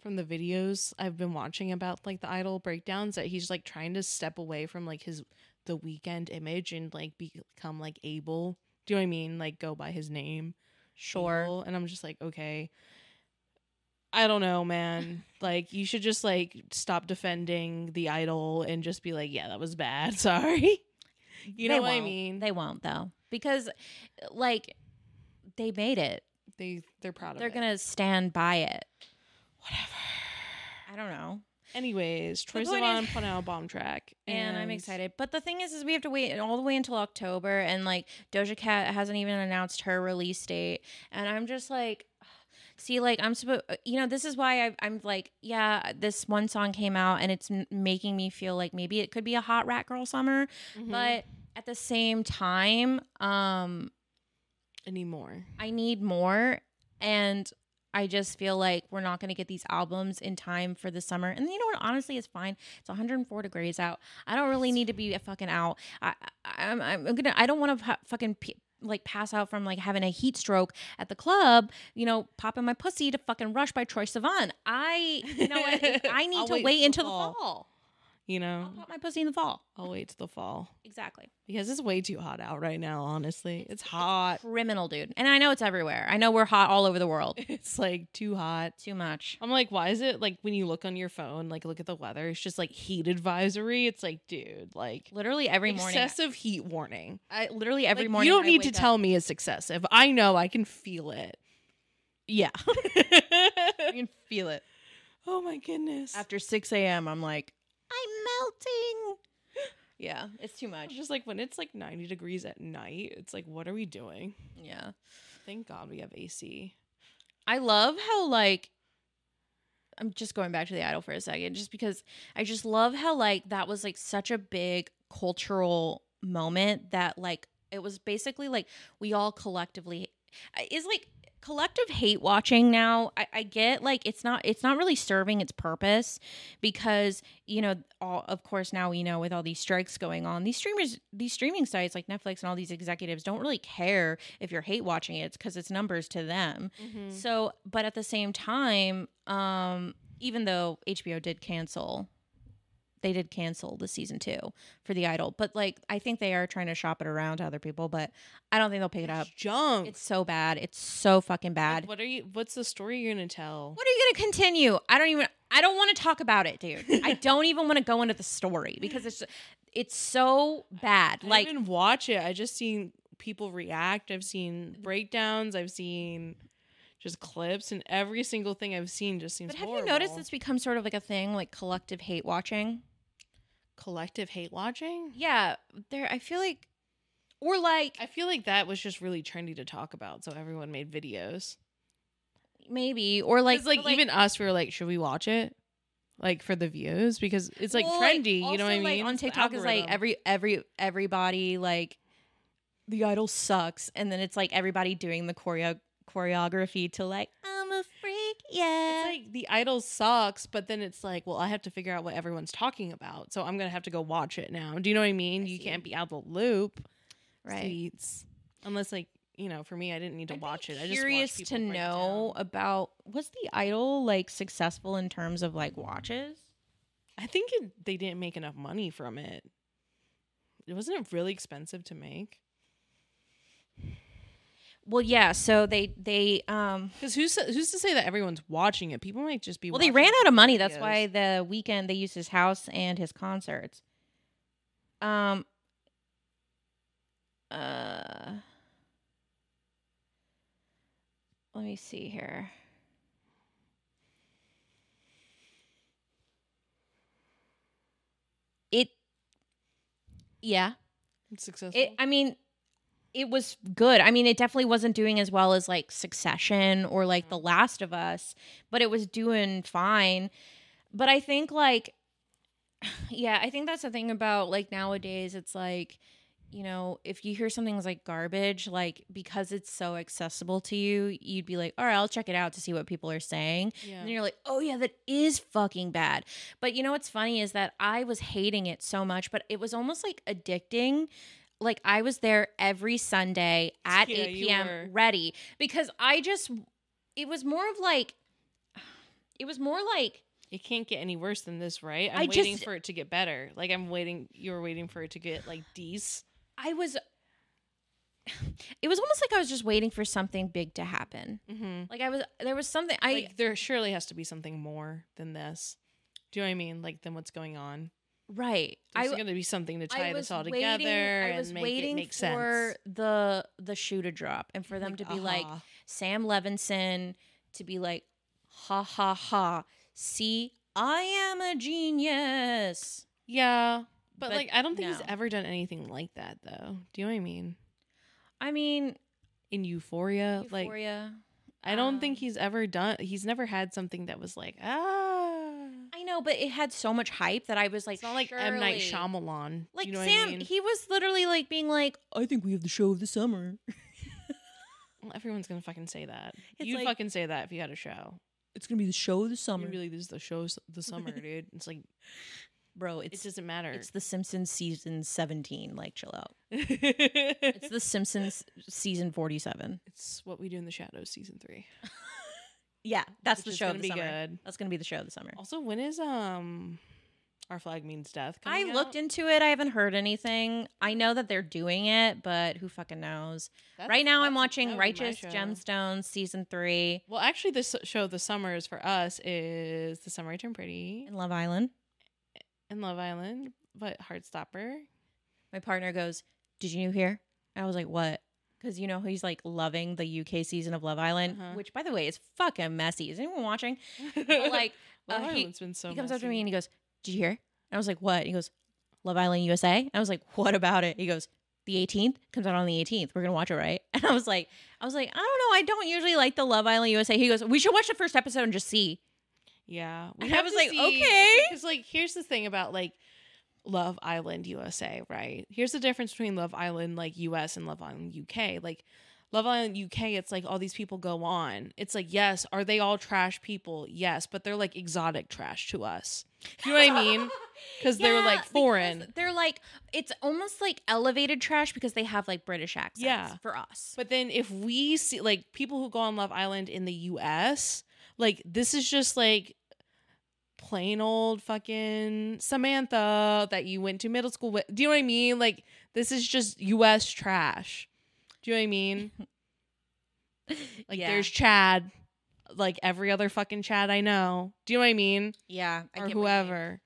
from the videos i've been watching about like the idol breakdowns that he's like trying to step away from like his the weekend image and like become like able do you know what i mean like go by his name Sure. people, and i'm just like okay i don't know man like you should just like stop defending the idol and just be like yeah that was bad sorry you know what i won't. mean They won't though, because like they made it. they they're proud of They're it. gonna stand by it. whatever I don't know, anyways troy point sivan is- put out a bomb track and, I'm excited. But the thing is, is we have to wait all the way until October, and like Doja Cat hasn't even announced her release date, and I'm just like. See, like I'm supposed, you know, this is why I, I'm like, yeah, this one song came out and it's m- making me feel like maybe it could be a hot rat girl summer, Mhm. but at the same time, um, anymore I need more. And I just feel like we're not going to get these albums in time for the summer. And you know what? Honestly, it's fine. It's 104 degrees out. I don't really need to be fucking out. I, I, I'm, I'm gonna. I don't want to ha- fucking p- like pass out from like having a heat stroke at the club. You know, popping my pussy to fucking Rush by Troy Sivan. I, you know, what? If I need I'll to wait wait, till until the the fall. Uh-huh. fall. you I'll know pop my pussy in the fall. i'll wait till the fall Exactly. because it's way too hot out right now honestly it's hot Uh, Criminal, dude. And I know it's everywhere. I know we're hot all over the world. it's like too hot Too much. I'm like, why is it like when you look on your phone, like look at the weather, it's just like heat advisory. It's like, dude, like Literally every morning. excessive heat warning. I literally every Like, morning. You don't I need to wake up- tell me it's excessive. I know, I can feel it. Yeah. I can feel it oh my goodness. after six a.m. I'm like, I'm melting. Yeah, it's too I'm much. just like when it's like 90 degrees at night, it's like, what are we doing? Yeah, Thank God we have AC. I love how like I'm just going back to the idol for a second, just because I just love how like that was like such a big cultural moment that like it was basically like we all collectively is like collective hate watching now I, I get like it's not it's not really serving its purpose because you know all of course now we know with all these strikes going on these streamers these streaming sites like netflix and all these executives don't really care if you're hate watching it because it's numbers to them Mhm. so, but at the same time, um, even though HBO did cancel, they did cancel the season two for The Idol. But like, I think they are trying to shop it around to other people. But I don't think they'll pick it up. It's junk. It's so bad. It's so fucking Like, bad. what are you? What's the story you're gonna tell? What are you gonna continue? I don't even. I don't want to talk about it, dude. I don't even want to go into the story because it's it's so bad. I Like didn't even watch it. I just seen people react. I've seen breakdowns. I've seen just clips, and every single thing I've seen just seems. But have horrible. you noticed it's become sort of like a thing, like collective hate watching? collective hate watching? Yeah, there. I feel like, or like I feel like that was just really trendy to talk about, so everyone made videos. maybe, or like, 'Cause, like, but, like even us, we were like, should we watch it? Like for the views because it's like well, trendy. you know what also, I mean? like, on It's the TikTok is like algorithm. every every everybody like the idol sucks, and then it's like everybody doing the choreo choreography to like I'm a freak, yeah. It's like the idol sucks, but then it's like, well, I have to figure out what everyone's talking about, so I'm gonna have to go watch it now. Do you know what I mean? I you see. can't be out of the loop. right. seats. Unless like you know, for me, I didn't need to I'd be watch it. I just curious watched to people break it know down. about was the idol like successful in terms of like watches? I think it, they didn't make enough money from it. It wasn't it really expensive to make Well, yeah. So they they um because who's who's to say that everyone's watching it? People might just be. Well, they ran out of money. That's why the weekend they used his house and his concerts. Um. Uh. Let me see here. It. Yeah. successful. It, I mean, it was good. I mean, it definitely wasn't doing as well as like Succession or like The Last of Us, but it was doing fine. But I think like, yeah, I think that's the thing about like nowadays, it's like, you know, if you hear something's like garbage, like because it's so accessible to you, you'd be like, all right, I'll check it out to see what people are saying. yeah. And you're like, oh yeah, that is fucking bad. But you know what's funny is that I was hating it so much, but it was almost like addicting. Like I was there every Sunday at Yeah, 8 you p.m. were. ready because I just, it was more of like, it was more like, It can't get any worse than this, right? I'm I waiting just- for it to get better. Like I'm waiting. You were waiting for it to get like D's. I was, it was almost like I was just waiting for something big to happen. Mm-hmm. Like I was, there was something, I, like there surely has to be something more than this. Do you know what I mean? Like than what's going on. right. I, There's going to be something to tie this all waiting- together I was and make waiting it make for sense. uh-huh. the the shoe to drop and for them to be like "Aha." Sam Levinson to be like, ha ha ha, see, I am a genius. yeah, but, But like I don't think no. he's ever done anything like that though. Do you know what I mean? I mean, In Euphoria, like Euphoria. I don't um, think he's ever done. He's never had something that was like ah. I know, but it had so much hype that I was like, It's not like M Night surely- Shyamalan. Do Like you know what Sam, I mean? he was literally like being like, I think we have the show of the summer. Well, everyone's gonna fucking say that. It's You'd like- fucking say that if you had a show. It's gonna be the show of the You summer, really lose the show the summer, dude. It's like bro. it It's doesn't matter. it's the Simpsons season seventeen. Like, chill out. It's it's, The Simpsons season 47. what we do in the shadows, season three. Yeah, that's which the is show of the gonna be summer. good. That's going to be the show of the summer. Also, when is um, our flag means death? I coming looked out? into it. I haven't heard anything. I know that they're doing it, but who fucking knows? right now, I'm that's- that watching would be my Righteous show. Gemstones season three Well, actually, this show, The Summers, for us is The Summer I Turned Pretty in Love Island. and Love Island, but Heartstopper. My partner goes, "Did you hear?" And I was like, "What?" Because you know he's like loving the UK season of Love Island, Uh-huh. which by the way is fucking messy. Is anyone watching? But, like Love uh, he- Island's been so. he comes up to messy. me and he goes, "Did you hear?" And I was like, "What?" And he goes, "Love Island USA." And I was like, "What about it?" He goes, "The 18th comes out on the 18th. We're gonna watch it, right?" And I was like, "I was like, I don't know. I don't usually like the Love Island USA." He goes, "We should watch the first episode and just see." Yeah. And I was like, okay. Because, like, here's the thing about, like, Love Island USA, right? Here's the difference between Love Island, like, US and Love Island UK. Like, Love Island UK, it's like all these people go on. It's like, yes, are they all trash people? Yes, but they're like exotic trash to us. You know what I mean? Because they were Yeah, like because foreign. They're like it's almost like elevated trash because they have like British accents Yeah. for us. But then if we see like people who go on Love Island in the US, like this is just like plain old fucking Samantha that you went to middle school with. Do you know what I mean? Like this is just US trash. Do you know what I mean? Like yeah. there's Chad, like every other fucking Chad I know. Do you know what I mean? yeah, I get or what you mean. whoever.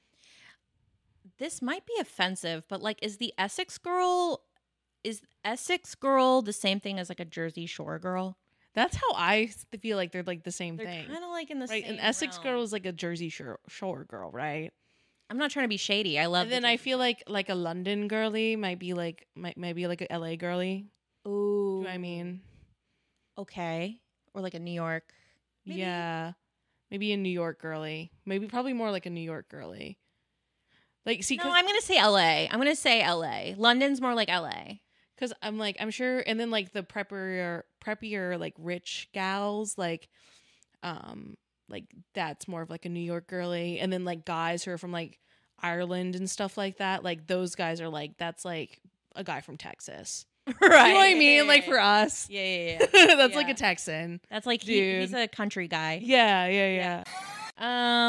This might be offensive, but like is the Essex girl is Essex girl the same thing as like a Jersey Shore girl? That's how I feel like they're like the same They're thing. kind of like in the Right, same an Essex realm. girl is like a Jersey Shore, Shore girl, right? I'm not trying to be shady. I love. And then I feel like like a London girly might be like might maybe like a LA girly. Do Ooh. you know what I mean? okay, or like a New York. Maybe. Yeah. Maybe a New York girly. Maybe probably more like a New York girly. Like see no, cuz I'm gonna say L.A. I'm gonna say L.A. London's more like L.A. I'm-, like I'm sure and then like the preppier preppier like rich gals like um like that's more of like a New York girly and then like guys who are from like Ireland and stuff like that like those guys are like that's like a guy from Texas. right. You know what I mean? Like for us. Yeah, yeah, yeah. that's like Yeah. a Texan. That's like he, Dude. he's a country guy. Yeah, yeah, yeah.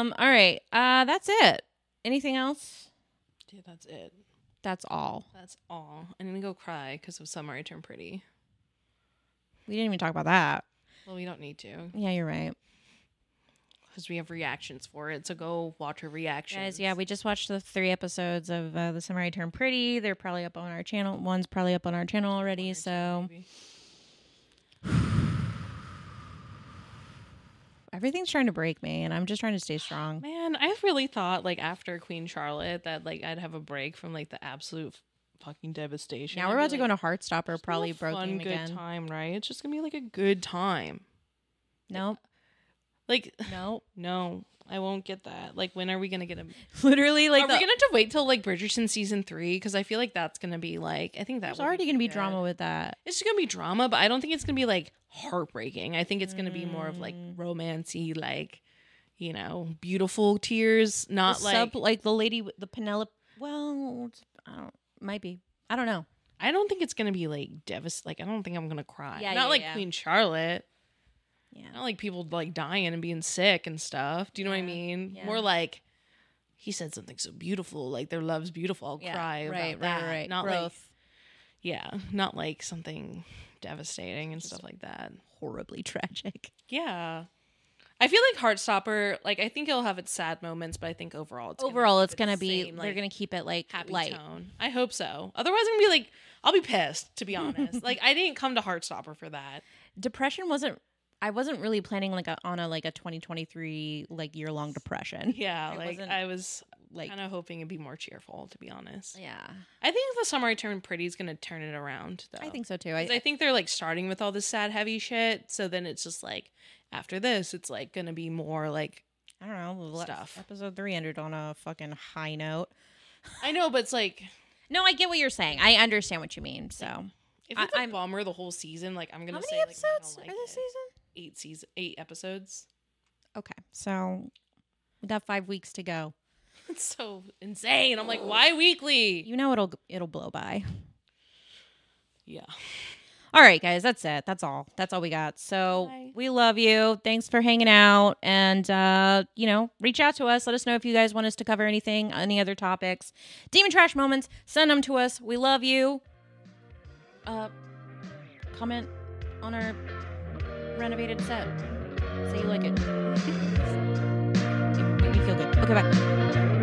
Um. All right. Uh. That's it. Anything else? Dude, that's it. That's all. That's all. I'm gonna go cry because of Summer I Turn Pretty. We didn't even talk about that. Well, we don't need to Yeah, you're right. because we have reactions for it. So go watch her reactions. Guys, yeah, we just watched the three episodes of uh, The Summer I Turned Pretty. They're probably up on our channel. One's probably up on our channel already. So Maybe. everything's trying to break me, and I'm just trying to stay strong. Man, I really thought like after Queen Charlotte that like I'd have a break from like the absolute fucking devastation. Now we're about to go into Heartstopper, probably fun, broken good again. time, right? It's just gonna be like a good time. Nope. Like, Nope. no, I won't get that. Like, when are we gonna get a? Literally, like are the, we gonna have to wait till like Bridgerton season three? Because I feel like that's gonna be like I think that there's will already going to be good. drama with that. It's just gonna be drama, but I don't think it's gonna be like heartbreaking. I think it's gonna be more of like Mm. romancy, like you know, beautiful tears, not the like sub, like the lady, with the Penelope. Well, I don't. Might be. I don't know. I don't think it's gonna be like devastating. Like I don't think I'm gonna cry. Yeah, not yeah, like yeah. Queen Charlotte. Yeah. Not like people like dying and being sick and stuff. Do you know what I Yeah, mean? yeah. More like he said something so beautiful, like their love's beautiful. I'll Yeah, cry about right, right, that. right. Not like Growth. yeah, not like something devastating and stuff like that. horribly tragic. Yeah. I feel like Heartstopper, like I think it'll have its sad moments, but I think overall it's Overall, keep it's it gonna the be same, they're like, gonna keep it like happy light. tone. I hope so. Otherwise, I'm gonna be like, I'll be pissed to be honest. like I didn't come to Heartstopper for that. Depression wasn't. I wasn't really planning like a, on a like a 2023 like year long depression. Yeah, I like wasn't, I was Like kind of hoping it'd be more cheerful to be honest. yeah, I think the summer I turned pretty is gonna turn it around though. I think so too. 'Cause I I, think they're like starting with all this sad heavy shit, so then it's just like after this, it's like gonna be more like I don't know the last Stuff. Episode three ended on a fucking high note. I know, but it's like No, I get what you're saying. I understand what you mean. So how if I- it's a I'm- bummer the whole season, like I'm gonna many say like, I don't episodes like are this it. season? eight season eight episodes. Okay, so we got five weeks to go. It's so insane. I'm like, why weekly? You know it'll it'll blow by. Yeah. All right, guys, that's it. That's all. That's all we got. So Bye. we love you. Thanks for hanging out. And, uh, you know, reach out to us. Let us know if you guys want us to cover anything, any other topics. Demon Trash Moments, send them to us. We love you. Uh, comment on our renovated set. Say you like it. Make me feel good. Okay, bye.